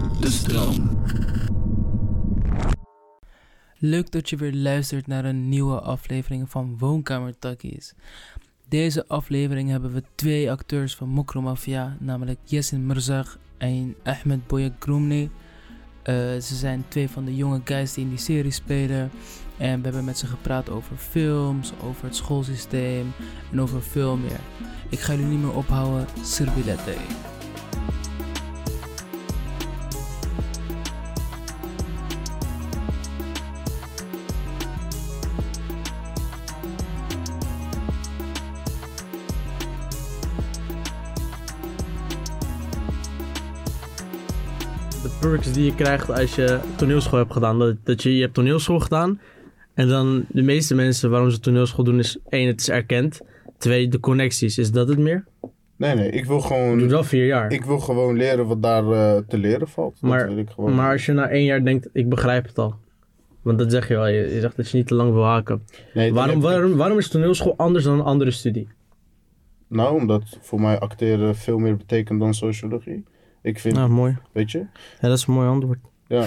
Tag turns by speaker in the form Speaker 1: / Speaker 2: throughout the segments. Speaker 1: Luchtstroom.
Speaker 2: Leuk dat je weer luistert naar een nieuwe aflevering van Woonkamer Takkies. Deze aflevering hebben we twee acteurs van Mokro Mafia, namelijk Yesin Mirzag en Ahmed Boyakrumni. Eh ze zijn twee van de jonge guys die in die serie spelen. En we hebben met ze gepraat over films, over het schoolsysteem en over veel meer. Ik ga jullie niet meer ophouden. Serbilette.
Speaker 3: de perks die je krijgt als je toneelschool hebt gedaan. Dat, dat je, je hebt toneelschool gedaan. En dan de meeste mensen waarom ze toneelschool doen is één, het is erkend. Twee, de connecties. Is dat het meer?
Speaker 4: Nee, nee, ik wil
Speaker 3: Ik doe
Speaker 4: gewoon,
Speaker 3: wel vier jaar.
Speaker 4: ik wil gewoon leren wat daar eh, te leren valt.
Speaker 3: Maar-
Speaker 4: dat wil ik gewoon.
Speaker 3: maar als je na één jaar denkt, ik begrijp het al. Want dat zeg je wel. Je, je zegt dat je niet te lang wil haken.
Speaker 4: Nee, dan
Speaker 3: Waarom,
Speaker 4: heb ik-
Speaker 3: waarom, waarom is toneelschool anders dan een andere studie?
Speaker 4: Nou, omdat voor mij acteren veel meer betekent dan sociologie. Ik vind,
Speaker 3: Nou, mooi.
Speaker 4: weet je?
Speaker 3: Ja, dat is een mooi antwoord.
Speaker 4: Ja.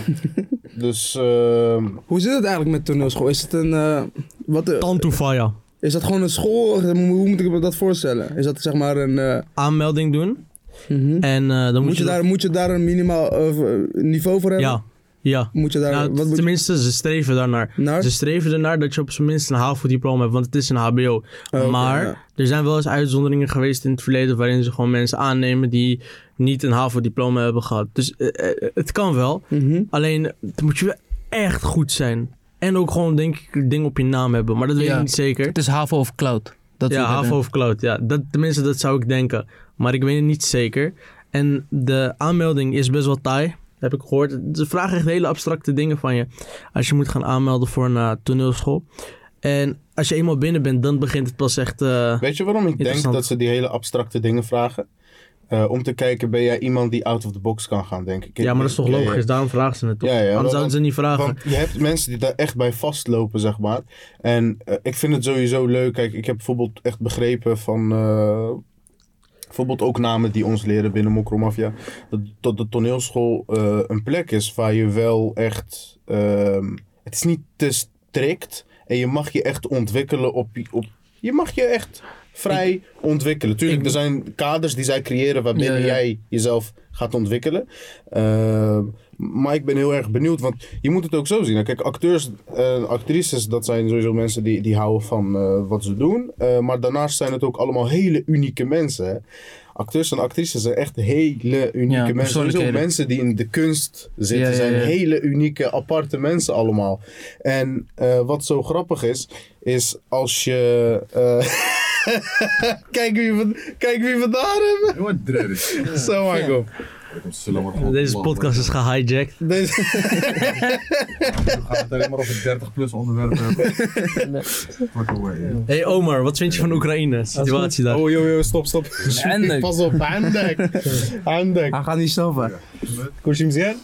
Speaker 4: dus, ehm,
Speaker 1: Hoe zit het eigenlijk met toneelschool? Is het een. eh, wat, eh,
Speaker 3: Tantufaya.
Speaker 1: is dat gewoon een school? Hoe hoe moet ik me dat voorstellen? Is dat zeg maar een. eh,
Speaker 3: Aanmelding doen.
Speaker 1: mhm.
Speaker 3: En eh, dan moet,
Speaker 1: moet, je daar, moet je daar een minimaal eh, niveau voor hebben?
Speaker 3: Ja. Ja.
Speaker 1: Moet je daar.
Speaker 3: Nou,
Speaker 1: Eh, wat moet je-
Speaker 3: tenminste, ze streven daarnaar.
Speaker 1: naar?
Speaker 3: Ze streven ernaar dat je op zijn minst een HAVO-diploma hebt, want het is een HBO.
Speaker 1: Oh, oké,
Speaker 3: maar
Speaker 1: ja.
Speaker 3: er zijn wel eens uitzonderingen geweest in het verleden waarin ze gewoon mensen aannemen die niet een HAVO-diploma hebben gehad. Dus eh, eh, het kan wel.
Speaker 1: Mhm.
Speaker 3: Alleen dan moet je wel echt goed zijn. En ook gewoon, denk ik, dingen op je naam hebben. Maar dat weet
Speaker 2: Ja.
Speaker 3: ik niet zeker.
Speaker 2: Het is HAVO of Cloud. Dat
Speaker 3: ja, HAVO of Cloud. Ja, dat, tenminste, dat zou ik denken. Maar ik weet het niet zeker. En de aanmelding is best wel taai. Heb ik gehoord. Ze vragen echt hele abstracte dingen van je. Als je moet gaan aanmelden voor een eh, toneelschool. En als je eenmaal binnen bent, dan begint het pas echt. eh,
Speaker 4: weet je waarom ik denk
Speaker 3: Interessant.
Speaker 4: dat ze die hele abstracte dingen vragen? Eh, om te kijken, ben jij iemand die out of the box kan gaan, denk ik.
Speaker 3: ja, maar dat is toch
Speaker 4: Ja, ja.
Speaker 3: logisch? Daarom vragen ze het toch?
Speaker 4: Ja, ja,
Speaker 3: Anders
Speaker 4: want-
Speaker 3: zouden ze niet vragen.
Speaker 4: Want je hebt mensen die daar echt bij vastlopen, zeg maar. En eh, ik vind het sowieso leuk. Kijk, ik heb bijvoorbeeld echt begrepen van... eh, bijvoorbeeld ook namen die ons leren binnen Mokromafia. Dat, dat de toneelschool eh, een plek is waar je wel echt... ehm, het is niet te strikt. En je mag je echt ontwikkelen op... op je mag je echt vrij ontwikkelen. Tuurlijk,
Speaker 3: ik-
Speaker 4: er zijn kaders die zij creëren waarbinnen
Speaker 2: Ja, ja.
Speaker 4: jij jezelf gaat ontwikkelen. Eh, maar ik ben heel erg benieuwd, want je moet het ook zo zien. Kijk, acteurs en actrices, dat zijn sowieso mensen die, die houden van eh, wat ze doen. Eh, maar daarnaast zijn het ook allemaal hele unieke mensen. hè. Acteurs en actrices zijn echt hele unieke mensen. Sowieso
Speaker 2: persoonlijkheden.
Speaker 4: mensen die in de kunst zitten,
Speaker 2: Ja, ja,
Speaker 4: zijn
Speaker 2: ja.
Speaker 4: hele unieke, aparte mensen allemaal. En eh, wat zo grappig is, is als je... eh, kijk, wie we, kijk wie we daar hebben.
Speaker 5: Je wordt dredders.
Speaker 4: Zo, Marco.
Speaker 5: Er komt zo lang maar gewoon
Speaker 3: Deze
Speaker 5: plan, man.
Speaker 3: podcast is gehijacked.
Speaker 4: Deze...
Speaker 5: We gaan het alleen maar over 30 plus onderwerpen hebben. Fuck away. hè.
Speaker 3: Hey Omar, wat vind je van Oekraïne? Situatie daar.
Speaker 4: Oh, joh, joh, stop, stop.
Speaker 2: Eindelijk.
Speaker 4: Pas op, eindelijk.
Speaker 2: Ah.
Speaker 4: Eindelijk.
Speaker 1: Hij gaat niet zelf weg.
Speaker 4: Koos je hem zien?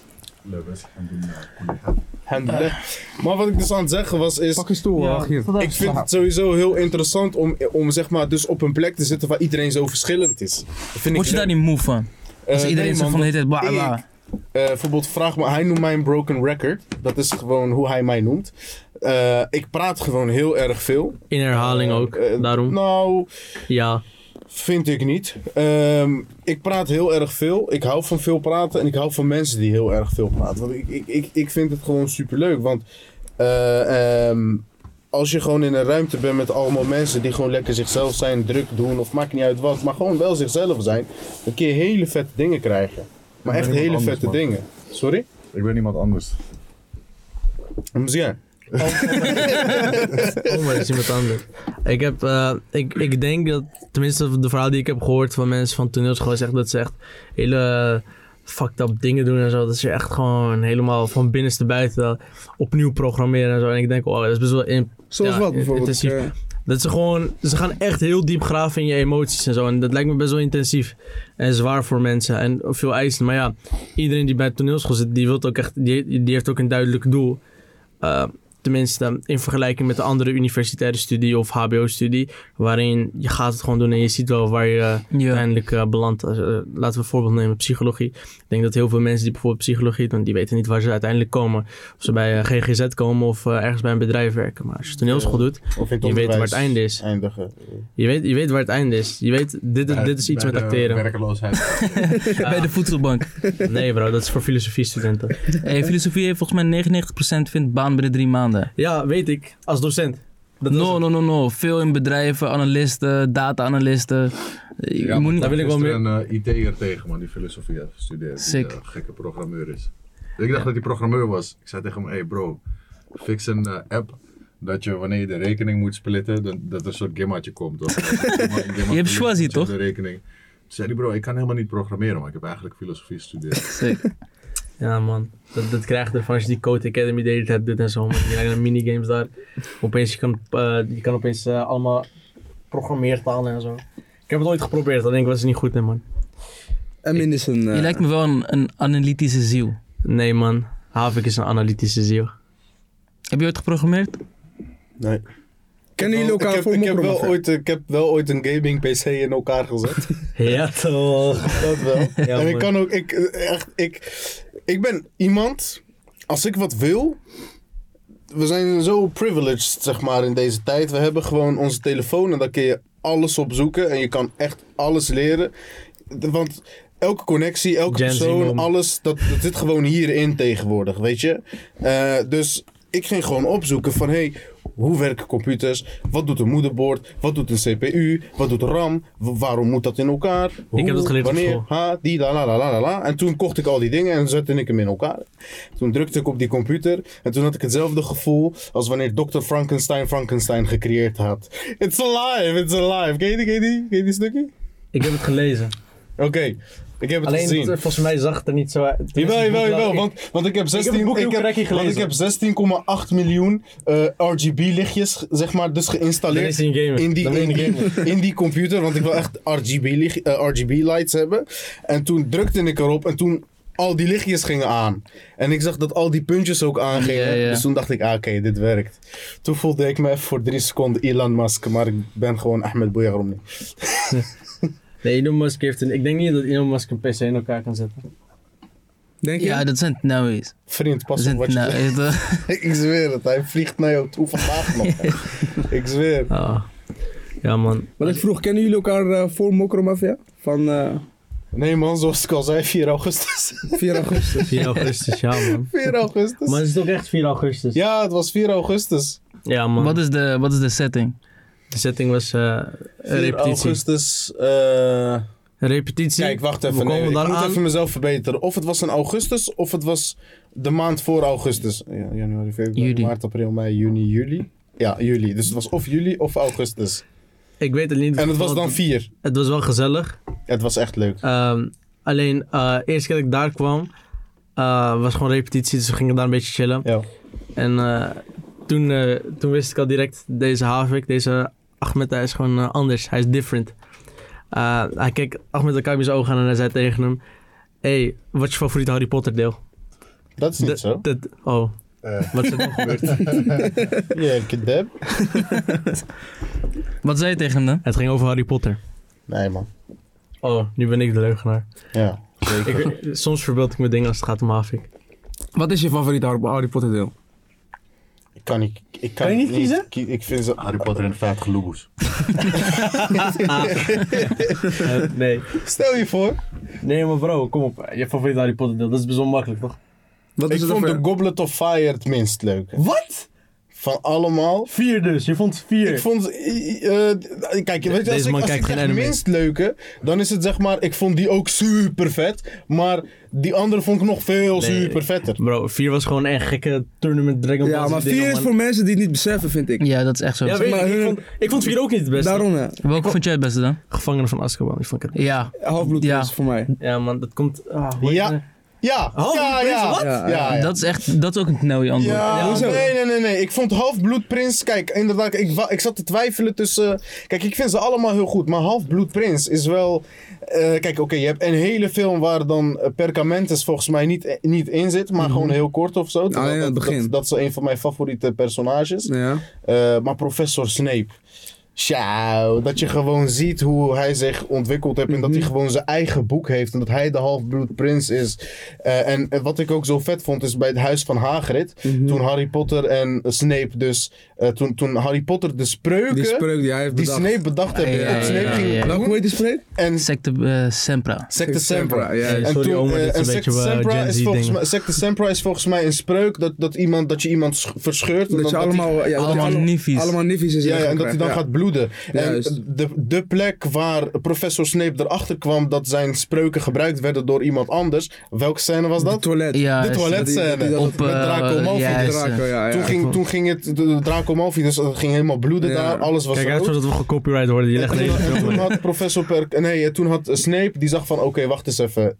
Speaker 5: Leuk, hè. En doen, eh, koeien.
Speaker 4: Eindelijk. Maar wat ik dus aan het zeggen was, is...
Speaker 1: een stoel,
Speaker 2: Ja, wacht hier.
Speaker 4: Ik vind het sowieso heel interessant om, om zeg maar, dus op een plek te zitten waar iedereen zo verschillend is. Dat Vind
Speaker 2: Word
Speaker 4: ik
Speaker 2: je daar niet moe van?
Speaker 4: Eh,
Speaker 2: Als iedereen
Speaker 4: nee,
Speaker 2: zo
Speaker 4: man,
Speaker 2: van de hele tijd bla
Speaker 4: ik-
Speaker 2: bla.
Speaker 4: Eh, bijvoorbeeld, vraag me, hij noemt mij een broken record. Dat is gewoon hoe hij mij noemt. Eh, ik praat gewoon heel erg veel.
Speaker 3: In herhaling ook.
Speaker 4: Eh,
Speaker 3: Daarom.
Speaker 4: Nou,
Speaker 3: Ja.
Speaker 4: Vind ik niet. Ehm, ik praat heel erg veel. Ik hou van veel praten. En ik hou van mensen die heel erg veel praten. Want ik, ik, ik, ik vind het gewoon superleuk. Want eh, ehm, als je gewoon in een ruimte bent met allemaal mensen die gewoon lekker zichzelf zijn, druk doen of maakt niet uit wat, maar gewoon wel zichzelf zijn, dan kun je hele vette dingen krijgen. Maar
Speaker 5: Ik
Speaker 4: echt
Speaker 5: ben iemand
Speaker 4: hele
Speaker 5: anders,
Speaker 4: vette
Speaker 5: man.
Speaker 4: dingen. Sorry?
Speaker 5: Ik ben iemand anders.
Speaker 4: Om te zien.
Speaker 3: Oh, maar dat is iemand anders. Ik, heb, eh, ik, ik denk dat, tenminste de verhaal die ik heb gehoord van mensen van toneelschool is echt dat ze echt hele fucked up dingen doen en zo. Dat ze echt gewoon helemaal van binnenste buiten opnieuw programmeren en zo. En ik denk, oh, dat is best wel... In,
Speaker 1: Zoals
Speaker 3: ja,
Speaker 1: wat bijvoorbeeld?
Speaker 3: intensief.
Speaker 1: Eh,
Speaker 3: dat ze gewoon, ze gaan echt heel diep graven in je emoties en zo. En dat lijkt me best wel intensief en zwaar voor mensen en veel eisen. Maar ja, iedereen die bij toneelschool zit, die, wilt ook echt, die, die heeft ook een duidelijk doel. Eh, Tenminste, in vergelijking met de andere universitaire studie of HBO-studie. Waarin je gaat het gewoon doen en je ziet wel waar je eh,
Speaker 2: Ja.
Speaker 3: uiteindelijk eh, belandt. Als, eh, laten we een voorbeeld nemen, psychologie. Ik denk dat heel veel mensen die bijvoorbeeld psychologie doen, die weten niet waar ze uiteindelijk komen. Of ze bij eh, GGZ komen of eh, ergens bij een bedrijf werken. Maar als je toneelschool
Speaker 4: Ja.
Speaker 3: doet,
Speaker 4: Of in het
Speaker 3: je weet waar het
Speaker 4: onderwijs
Speaker 3: einde is.
Speaker 4: Eindigen.
Speaker 3: Je weet, je weet waar het einde is. Je weet, dit,
Speaker 5: Bij-
Speaker 3: dit is iets
Speaker 5: bij
Speaker 3: met
Speaker 5: de
Speaker 3: acteren.
Speaker 5: Werkeloosheid.
Speaker 2: Bij de voedselbank.
Speaker 3: Nee bro, dat is voor filosofiestudenten.
Speaker 2: Hey, filosofie heeft volgens mij 99% vindt baan binnen drie maanden.
Speaker 3: Ja, weet ik. Als docent. Dat was
Speaker 2: no,
Speaker 3: het.
Speaker 2: no, no, no. Veel in bedrijven, analisten, data-analisten. Eh, Je
Speaker 5: Ja,
Speaker 2: moet niet...
Speaker 3: daar wil ik wel
Speaker 5: Gisteren een eh, IT'er tegen, man, die filosofie heeft gestudeerd.
Speaker 2: Sick.
Speaker 5: Die eh, gekke programmeur is. Dus ik dacht dat hij programmeur was. Ik zei tegen hem, hey bro, fix een eh, app dat je wanneer je de rekening moet splitten, dan, dat er een soort gimmatje komt. Toch? je
Speaker 2: hebt Schwazi, toch?
Speaker 5: De rekening. Toen zei hij, bro, ik kan helemaal niet programmeren, maar ik heb eigenlijk filosofie gestudeerd.
Speaker 2: Sick.
Speaker 3: Ja man, dat, dat krijg je ervan als je die Code Academy deed hebt, dit en zo. Man. Je krijgt dan minigames daar. Opeens, je kan, eh, je kan opeens eh, allemaal programmeertalen en zo. Ik heb het ooit geprobeerd, alleen ik was er niet goed in man.
Speaker 1: Emin is een... eh,
Speaker 2: Je lijkt me wel een, een analytische ziel.
Speaker 3: Nee man, Havik is een analytische ziel.
Speaker 2: Heb je ooit geprogrammeerd?
Speaker 4: Nee.
Speaker 1: Kennen jullie
Speaker 4: ik
Speaker 1: elkaar
Speaker 4: heb,
Speaker 1: voor
Speaker 4: ik heb,
Speaker 1: Mokrom
Speaker 4: wel
Speaker 1: of, eh?
Speaker 4: ooit, ik heb wel ooit een gaming PC in elkaar gezet.
Speaker 3: Ja toch.
Speaker 4: Dat wel. en ik
Speaker 3: man.
Speaker 4: kan ook, ik, echt, ik, ik ben iemand, als ik wat wil, we zijn zo privileged, zeg maar, in deze tijd. We hebben gewoon onze telefoon en daar kun je alles op zoeken en je kan echt alles leren. De- Want elke connectie, elke
Speaker 3: Gen Z
Speaker 4: persoon,
Speaker 3: man.
Speaker 4: alles, dat, dat zit gewoon hierin tegenwoordig, weet je. Eh, dus ik ging gewoon opzoeken van, hey, hoe werken computers? Wat doet een moederbord? Wat doet een CPU? Wat doet RAM? Wa- waarom moet dat in elkaar? Hoe,
Speaker 3: Ik heb dat geleerd op
Speaker 4: wanneer,
Speaker 3: school.
Speaker 4: ha, die, la, la, la, la, la, la. En toen kocht ik al die dingen en zette ik hem in elkaar. Toen drukte ik op die computer en toen had ik hetzelfde gevoel als wanneer Dr. Frankenstein Frankenstein gecreëerd had. It's alive, it's alive. Ken je die, ken je die, ken je die stukje?
Speaker 3: Ik heb het gelezen.
Speaker 4: Oké, ik heb het
Speaker 3: alleen
Speaker 4: gezien.
Speaker 3: dat, eh, volgens mij zag het er niet zo uit.
Speaker 4: Jawel, jawel, jawel.
Speaker 3: Ik-
Speaker 4: Want, want ik heb 16,8
Speaker 3: heb het boekje op rekkie
Speaker 4: want ik heb 16,8 miljoen eh, RGB-lichtjes, zeg maar, dus
Speaker 3: Dan
Speaker 4: geïnstalleerd
Speaker 3: is hij een gamer.
Speaker 4: in die,
Speaker 3: Dan ben je
Speaker 4: in,
Speaker 3: een gamer.
Speaker 4: die, in die computer, want ik wil echt RGB, licht- eh, RGB lights hebben. En toen drukte ik erop en toen al die lichtjes gingen aan. En ik zag dat al die puntjes ook aangingen.
Speaker 2: Ja, ja.
Speaker 4: Dus toen dacht ik, ah, oké, dit werkt. Toen voelde ik me even voor drie seconden Elon Musk, maar ik ben gewoon Ahmed Bouyagroum niet.
Speaker 3: Nee, Elon Musk heeft een... Ik denk niet dat Elon Musk een PC in elkaar kan zetten.
Speaker 1: Denk je?
Speaker 2: Ja, dat zijn TNO's. Dat
Speaker 4: Vriend, pas op
Speaker 2: zijn Eh,
Speaker 4: wat je
Speaker 3: nou
Speaker 4: zegt.
Speaker 2: TNO's.
Speaker 4: Ik zweer het, hij vliegt naar jou toe vandaag nog. ik zweer.
Speaker 3: Ah. Ja man.
Speaker 1: Wat ik vroeg, kennen jullie elkaar eh, voor Mokromafia? Van eh,
Speaker 4: Nee man, zoals ik al zei, 4 augustus.
Speaker 1: 4 augustus.
Speaker 3: 4 augustus, ja man.
Speaker 4: 4 augustus.
Speaker 3: Maar het is toch echt 4 augustus?
Speaker 4: Ja, het was 4 augustus.
Speaker 3: Ja, man.
Speaker 2: Wat is de- Wat is de setting?
Speaker 3: De setting was eh, een
Speaker 4: 4
Speaker 3: repetitie.
Speaker 4: augustus. eh,
Speaker 3: Een repetitie.
Speaker 4: Kijk, wacht even.
Speaker 3: We
Speaker 4: nee,
Speaker 3: komen
Speaker 4: ik
Speaker 3: daar
Speaker 4: moet
Speaker 3: aan.
Speaker 4: even mezelf verbeteren. Of het was in augustus, of het was de maand voor augustus. Ja, januari, februari,
Speaker 2: Juli.
Speaker 4: maart, april, mei, juni, juli. Ja, juli. Dus het was of juli of augustus.
Speaker 3: Ik weet het niet.
Speaker 4: En het was dan
Speaker 3: Het-
Speaker 4: 4.
Speaker 3: Het was wel gezellig.
Speaker 4: Het was echt leuk.
Speaker 3: Ehm, alleen, eh eerst keer dat ik daar kwam, eh, was gewoon repetitie. Dus we gingen daar een beetje chillen.
Speaker 4: Ja.
Speaker 3: En eh, toen, eh, toen wist ik al direct, deze Havik, deze Ahmed, hij is gewoon eh, anders. Hij is different. Eh, hij keek Ahmed elkaar in zijn ogen aan en hij zei tegen hem... hey, wat is je favoriete Harry Potter deel?
Speaker 4: Dat is niet
Speaker 3: Dat-
Speaker 4: zo.
Speaker 3: dat- oh,
Speaker 5: Eh.
Speaker 3: wat is er dan gebeurd?
Speaker 4: Ja, kedab.
Speaker 2: Wat zei je tegen hem dan?
Speaker 3: Het ging over Harry Potter.
Speaker 4: Nee man.
Speaker 3: Oh, nu ben ik de leugenaar.
Speaker 4: Ja.
Speaker 3: Ik, soms verbeeld ik me dingen als het gaat om Havik.
Speaker 1: Wat is je favoriete Har- Harry Potter deel?
Speaker 4: Ik kan niet, ik kan
Speaker 3: Kan je niet kiezen?
Speaker 4: kie- ik vind ze...
Speaker 5: Harry Potter en de vijf geloeboes.
Speaker 3: Eh, nee.
Speaker 4: Stel je voor,
Speaker 3: Nee, maar bro, kom op. Je favoriete Harry Potter deel, dat is best wel makkelijk, toch?
Speaker 1: Wat
Speaker 4: ik
Speaker 1: is het
Speaker 4: vond
Speaker 1: voor-
Speaker 4: de Goblet of Fire het minst leuk.
Speaker 3: Wat?
Speaker 4: Van allemaal.
Speaker 3: Vier dus, je vond vier.
Speaker 4: Ik vond, eh, eh, kijk, weet je, als
Speaker 3: Deze
Speaker 4: ik,
Speaker 3: man
Speaker 4: als
Speaker 3: kijkt
Speaker 4: ik
Speaker 3: geen
Speaker 4: zeg
Speaker 3: anime.
Speaker 4: minst leuke, dan is het zeg maar, ik vond die ook super vet, maar die andere vond ik nog veel
Speaker 3: Nee.
Speaker 4: super vetter.
Speaker 3: Bro, vier was gewoon echt gekke tournament Dragon Ball
Speaker 1: Ja,
Speaker 3: Z
Speaker 1: maar
Speaker 3: dingen,
Speaker 1: 4 is
Speaker 3: man.
Speaker 1: voor mensen die het niet beseffen, vind ik.
Speaker 2: Ja, dat is echt zo.
Speaker 3: Ja, weet
Speaker 1: maar
Speaker 3: ik, ik
Speaker 1: hun-
Speaker 3: vond, ik vond vier ook niet het beste.
Speaker 1: Daarom, eh, hè.
Speaker 2: Welke vond jij het beste dan?
Speaker 3: Gevangenen van Azkaban, die vond ik het
Speaker 2: Ja.
Speaker 1: Halfbloed
Speaker 2: Ja.
Speaker 1: is voor mij.
Speaker 3: Ja man, dat komt... ah, hoe heet
Speaker 4: Ja.
Speaker 3: het?
Speaker 4: Ja,
Speaker 3: Half
Speaker 4: ja,
Speaker 3: bloedprins,
Speaker 4: ja.
Speaker 3: wat?
Speaker 1: Ja,
Speaker 4: Ah, Ja, ja.
Speaker 2: Dat is echt, dat is ook een knelje antwoord.
Speaker 4: Ja,
Speaker 1: hoezo?
Speaker 4: nee, nee, nee, nee. Ik vond Halfbloedprins... Kijk, inderdaad, ik, wa- ik zat te twijfelen tussen... Kijk, ik vind ze allemaal heel goed, maar Halfbloedprins is wel... eh, kijk, oké, je hebt een hele film waar dan eh, Perkamentus volgens mij niet, eh, niet in zit, maar gewoon heel kort of zo. Terwijl
Speaker 1: Mhm. Alleen aan het
Speaker 4: dat-
Speaker 1: begin.
Speaker 4: Dat, dat is een van mijn favoriete personages.
Speaker 1: Ja.
Speaker 4: Eh, maar professor Snape. Tja, dat je gewoon ziet hoe hij zich ontwikkeld heeft. En dat hij gewoon zijn eigen boek heeft. En dat hij de halfbloed prins is. Eh, en, en wat ik ook zo vet vond is bij het huis van Hagrid. Toen Harry Potter en Snape dus... eh, toen, toen Harry Potter de spreuken
Speaker 1: Die
Speaker 4: die,
Speaker 1: spreuk die hij heeft bedacht.
Speaker 4: Snape bedacht heeft.
Speaker 2: Ja,
Speaker 4: dat Snape
Speaker 2: ja,
Speaker 4: ging
Speaker 2: ja.
Speaker 1: Welke hoe
Speaker 4: doen.
Speaker 1: heet die spreuk?
Speaker 4: En
Speaker 2: Secte eh, Sempra.
Speaker 4: Secte Sempra.
Speaker 1: Ja, ja.
Speaker 3: En Sorry, oma,
Speaker 4: eh,
Speaker 3: dit is
Speaker 4: en
Speaker 3: een
Speaker 4: Secte
Speaker 3: beetje wel
Speaker 4: Sempra
Speaker 3: Gen
Speaker 4: is
Speaker 3: Z
Speaker 4: volgens
Speaker 3: dingen.
Speaker 4: mij- Secte Sempra is volgens mij een spreuk dat, dat, iemand, dat je iemand sch- verscheurt. en dan
Speaker 1: Dat je
Speaker 4: dat die-
Speaker 1: allemaal... ja, dat je
Speaker 2: Allemaal
Speaker 1: alle-
Speaker 2: niffies.
Speaker 1: Allemaal niffies is
Speaker 4: Ja, ja, en dat hij dan gaat bloeden. En
Speaker 1: Juist.
Speaker 4: de, de plek waar professor Snape erachter kwam dat zijn spreuken gebruikt werden door iemand anders. Welke scène was
Speaker 1: Het
Speaker 4: dat?
Speaker 1: toilet.
Speaker 2: Ja,
Speaker 4: de toiletscène.
Speaker 1: die- die- dat-
Speaker 2: op
Speaker 4: met
Speaker 2: eh,
Speaker 4: Draco Malfoy.
Speaker 2: ja, is, eh,
Speaker 1: Draco, ja, ja.
Speaker 4: toen, ging, toen ging het, de, de Draco Malfoy, dus dat ging helemaal bloeden
Speaker 1: Ja.
Speaker 4: daar. Alles was
Speaker 3: Kijk uit
Speaker 4: rood.
Speaker 3: voordat we gecopyright worden. Je
Speaker 4: En
Speaker 3: legt
Speaker 4: toen,
Speaker 3: deze
Speaker 4: en
Speaker 3: film
Speaker 4: toen
Speaker 3: weg.
Speaker 4: had professor Perk... Nee, en toen had Snape, die zag van... Oké, wacht eens even.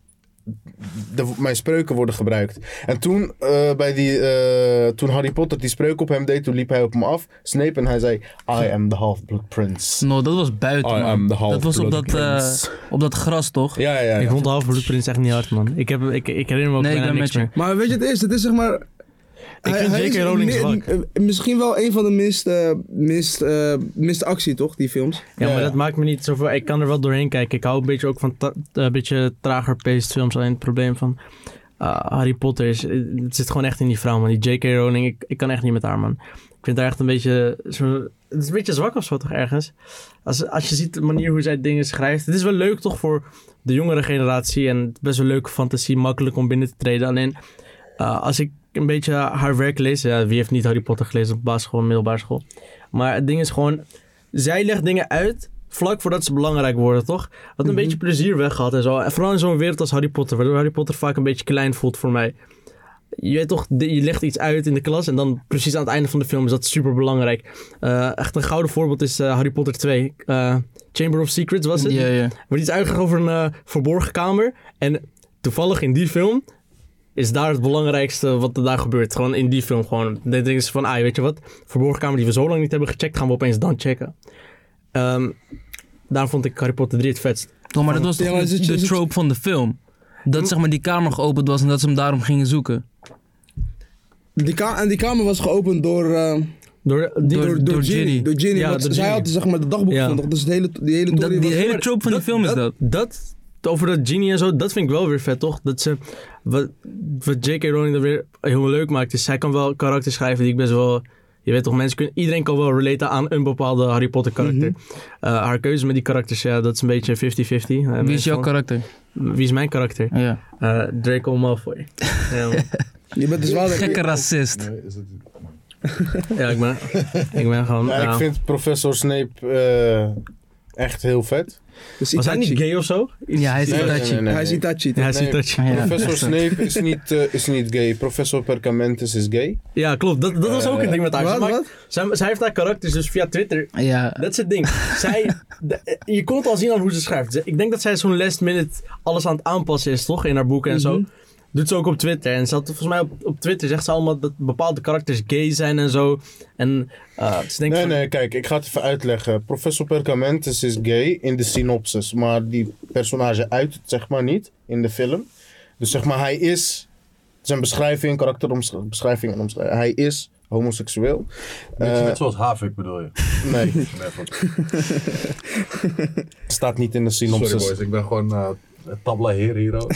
Speaker 4: De- mijn spreuken worden gebruikt. En toen, eh, bij die, eh, toen Harry Potter die spreuk op hem deed, toen liep hij op hem af. Snape en hij zei... I am the half-blood prince.
Speaker 2: No, dat was buiten.
Speaker 4: I
Speaker 2: man.
Speaker 4: am the
Speaker 2: dat was op
Speaker 4: half-blood
Speaker 2: dat, eh,
Speaker 4: prince.
Speaker 2: op dat gras, toch?
Speaker 4: Ja, ja, ja.
Speaker 3: Ik vond de half bloedprins echt niet hard, man. Ik, heb, ik, ik herinner me ook
Speaker 2: Nee, ik
Speaker 3: bijna
Speaker 2: ben
Speaker 3: niks
Speaker 2: met je.
Speaker 3: meer.
Speaker 1: Maar weet je, het is, het is zeg maar...
Speaker 3: Ik vind J.K.
Speaker 1: is
Speaker 3: Rowling
Speaker 1: mi-
Speaker 3: zwak.
Speaker 1: eh, Misschien wel een van de minst, eh, minst, eh, minst actie, toch? Die films.
Speaker 3: Ja,
Speaker 4: Ja,
Speaker 3: maar
Speaker 4: ja.
Speaker 3: dat maakt me niet zoveel. Ik kan er wel doorheen kijken. Ik hou een beetje ook van ta- eh, een beetje trager paced films. Alleen het probleem van eh, Harry Potter is. eh, Het zit gewoon echt in die vrouw, man. Die J.K. Rowling, ik, ik kan echt niet met haar, man. Ik vind haar echt een beetje. Zo, het is een beetje zwak of zo, toch ergens? Als, als je ziet de manier hoe zij dingen schrijft. Het is wel leuk toch voor de jongere generatie. En best wel leuke fantasie, makkelijk om binnen te treden. Alleen eh, als ik een beetje haar werk lees. Ja, wie heeft niet Harry Potter gelezen op basisschool, middelbare school? Maar het ding is gewoon. Zij legt dingen uit vlak voordat ze belangrijk worden, toch? Wat een beetje plezier weggaat en zo. En vooral in zo'n wereld als Harry Potter, waardoor Harry Potter vaak een beetje klein voelt voor mij. Je weet toch, de- je legt iets uit in de klas en dan precies aan het einde van de film is dat super belangrijk. echt een gouden voorbeeld is eh, Harry Potter 2. Eh, Chamber of Secrets was het.
Speaker 2: Ja, ja.
Speaker 3: Er wordt iets uitgelegd over een eh, verborgen kamer. En toevallig in die film is daar het belangrijkste wat er daar gebeurt. Gewoon in die film. Gewoon, dan denken ze van, ah, weet je wat? Verborgen kamer die we zo lang niet hebben gecheckt, gaan we opeens dan checken. Ehm daar vond ik Harry Potter 3 het vetst.
Speaker 2: Toch, Nou, maar dat was
Speaker 1: Ja,
Speaker 2: toch
Speaker 1: maar is
Speaker 2: de,
Speaker 1: het-
Speaker 2: de
Speaker 1: is het-
Speaker 2: trope van de film. Dat zeg maar die kamer geopend was en dat ze hem daarom gingen zoeken.
Speaker 1: Die ka- en die kamer was geopend door, eh,
Speaker 3: Door, die,
Speaker 2: Door-
Speaker 1: door, door
Speaker 2: Ginny.
Speaker 1: Ginny. Door Ginny.
Speaker 3: Ja,
Speaker 1: want
Speaker 3: door
Speaker 1: zij
Speaker 3: Ginny.
Speaker 1: had zeg maar de dagboek
Speaker 3: Ja.
Speaker 1: van toch? Dus het hele, die hele
Speaker 2: Dat,
Speaker 1: tory
Speaker 2: die
Speaker 1: was-
Speaker 2: hele trope van die film is dat.
Speaker 3: dat, over dat genie en zo, dat vind ik wel weer vet, toch? Dat ze, wat, wat J.K. Rowling er weer heel leuk maakt, is zij kan wel karakters schrijven die ik best wel... Je weet toch, mensen kunnen, iedereen kan wel relaten aan een bepaalde Harry Potter karakter.
Speaker 2: Mhm.
Speaker 3: Eh, haar keuze met die karakters, ja, dat is een beetje 50-50. Eh,
Speaker 2: Wie is
Speaker 3: mensen
Speaker 2: jouw
Speaker 3: van-
Speaker 2: karakter?
Speaker 3: Wie is mijn karakter?
Speaker 2: Ja.
Speaker 3: Eh, Draco Malfoy. ja, man.
Speaker 1: Je bent dus wel...
Speaker 2: Gekke racist.
Speaker 5: Nee, is het...
Speaker 3: Ja, ik ben, ik ben gewoon... eh,
Speaker 4: Ja,
Speaker 3: ja.
Speaker 4: ik vind professor Snape eh, echt heel vet.
Speaker 1: Dus
Speaker 3: Was hij
Speaker 1: Itachi.
Speaker 3: niet gay of zo? Iets-
Speaker 2: Ja, hij is
Speaker 4: Nee, nee,
Speaker 2: Itachi.
Speaker 4: nee, nee,
Speaker 1: Hij is
Speaker 4: nee.
Speaker 1: Itachi. toch?
Speaker 3: Ja, hij ziet
Speaker 4: Nee.
Speaker 3: dat je-
Speaker 2: Ja.
Speaker 4: Professor Snape is niet, eh, is niet gay. Professor Perkamentus is gay.
Speaker 3: Ja, klopt. Dat, dat was ook een ding met haar. Ze
Speaker 1: Wat,
Speaker 3: maakt-
Speaker 1: wat?
Speaker 3: Zij, zij heeft haar karakters dus via Twitter
Speaker 2: Ja.
Speaker 3: Dat is het ding. Zij, de- je kon het al zien aan hoe ze schrijft. Ze- Ik denk dat zij zo'n last minute alles aan het aanpassen is, toch? In haar boeken en
Speaker 1: Mhm.
Speaker 3: zo. Doet ze ook op Twitter. En ze had, volgens mij op, op Twitter zegt ze allemaal dat bepaalde karakters gay zijn en zo. En eh, ze denkt
Speaker 4: Nee,
Speaker 3: van,
Speaker 4: nee, kijk, ik ga het even uitleggen. Professor Perkamentus is gay in de synopsis, maar die personage uit het zeg maar niet in de film. Dus zeg maar, hij is, zijn beschrijving, karakterbeschrijving en omschrijving, hij is homoseksueel.
Speaker 5: Net,
Speaker 4: Eh,
Speaker 5: net zoals Havik bedoel je.
Speaker 4: nee,
Speaker 5: Nee, goed.
Speaker 4: staat niet in de
Speaker 5: Sorry
Speaker 4: synopsis.
Speaker 5: boys, ik ben gewoon eh tabla heer hier ook.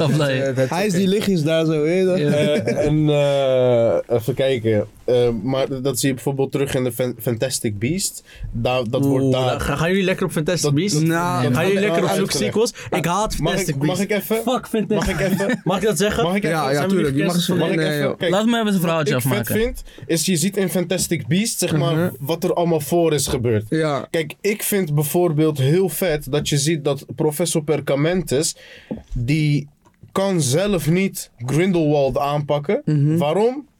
Speaker 2: Of nee.
Speaker 1: Hij is die lichtjes daar zo. weet je dat?
Speaker 4: Eh, en eh, even kijken. Eh, maar dat zie je bijvoorbeeld terug in de Fan- Fantastic Beast. Daar, dat wordt
Speaker 3: Oeh,
Speaker 4: daar.
Speaker 3: ga- gaan jullie lekker op Fantastic
Speaker 4: Dat-
Speaker 3: Beasts?
Speaker 1: Nou,
Speaker 3: Gaan jullie
Speaker 4: dat-
Speaker 3: lekker op
Speaker 4: dat-
Speaker 3: zulke sequels? Ik haat
Speaker 4: Mag
Speaker 3: Fantastic
Speaker 4: ik, mag
Speaker 3: Beasts.
Speaker 4: ik even?
Speaker 3: Fuck Fantastic
Speaker 4: Mag ik even?
Speaker 3: Mag ik dat zeggen?
Speaker 4: Mag ik even?
Speaker 1: Ja, ja,
Speaker 3: Zijn we
Speaker 1: tuurlijk.
Speaker 3: nu
Speaker 1: Je mag eens
Speaker 3: verkeerd?
Speaker 4: Mag ik
Speaker 1: nee,
Speaker 4: even?
Speaker 1: joh.
Speaker 4: Kijk,
Speaker 2: Laat me even een verhaaltje
Speaker 4: ik vet
Speaker 2: afmaken.
Speaker 4: vind, is je ziet in Fantastic Beasts, zeg maar,
Speaker 1: Mhm.
Speaker 4: wat er allemaal voor is gebeurd.
Speaker 1: Ja.
Speaker 4: Kijk, ik vind bijvoorbeeld heel vet dat je ziet dat professor Perkamentus, die
Speaker 1: Mhm.
Speaker 4: kan zelf niet Grindelwald aanpakken. Waarom?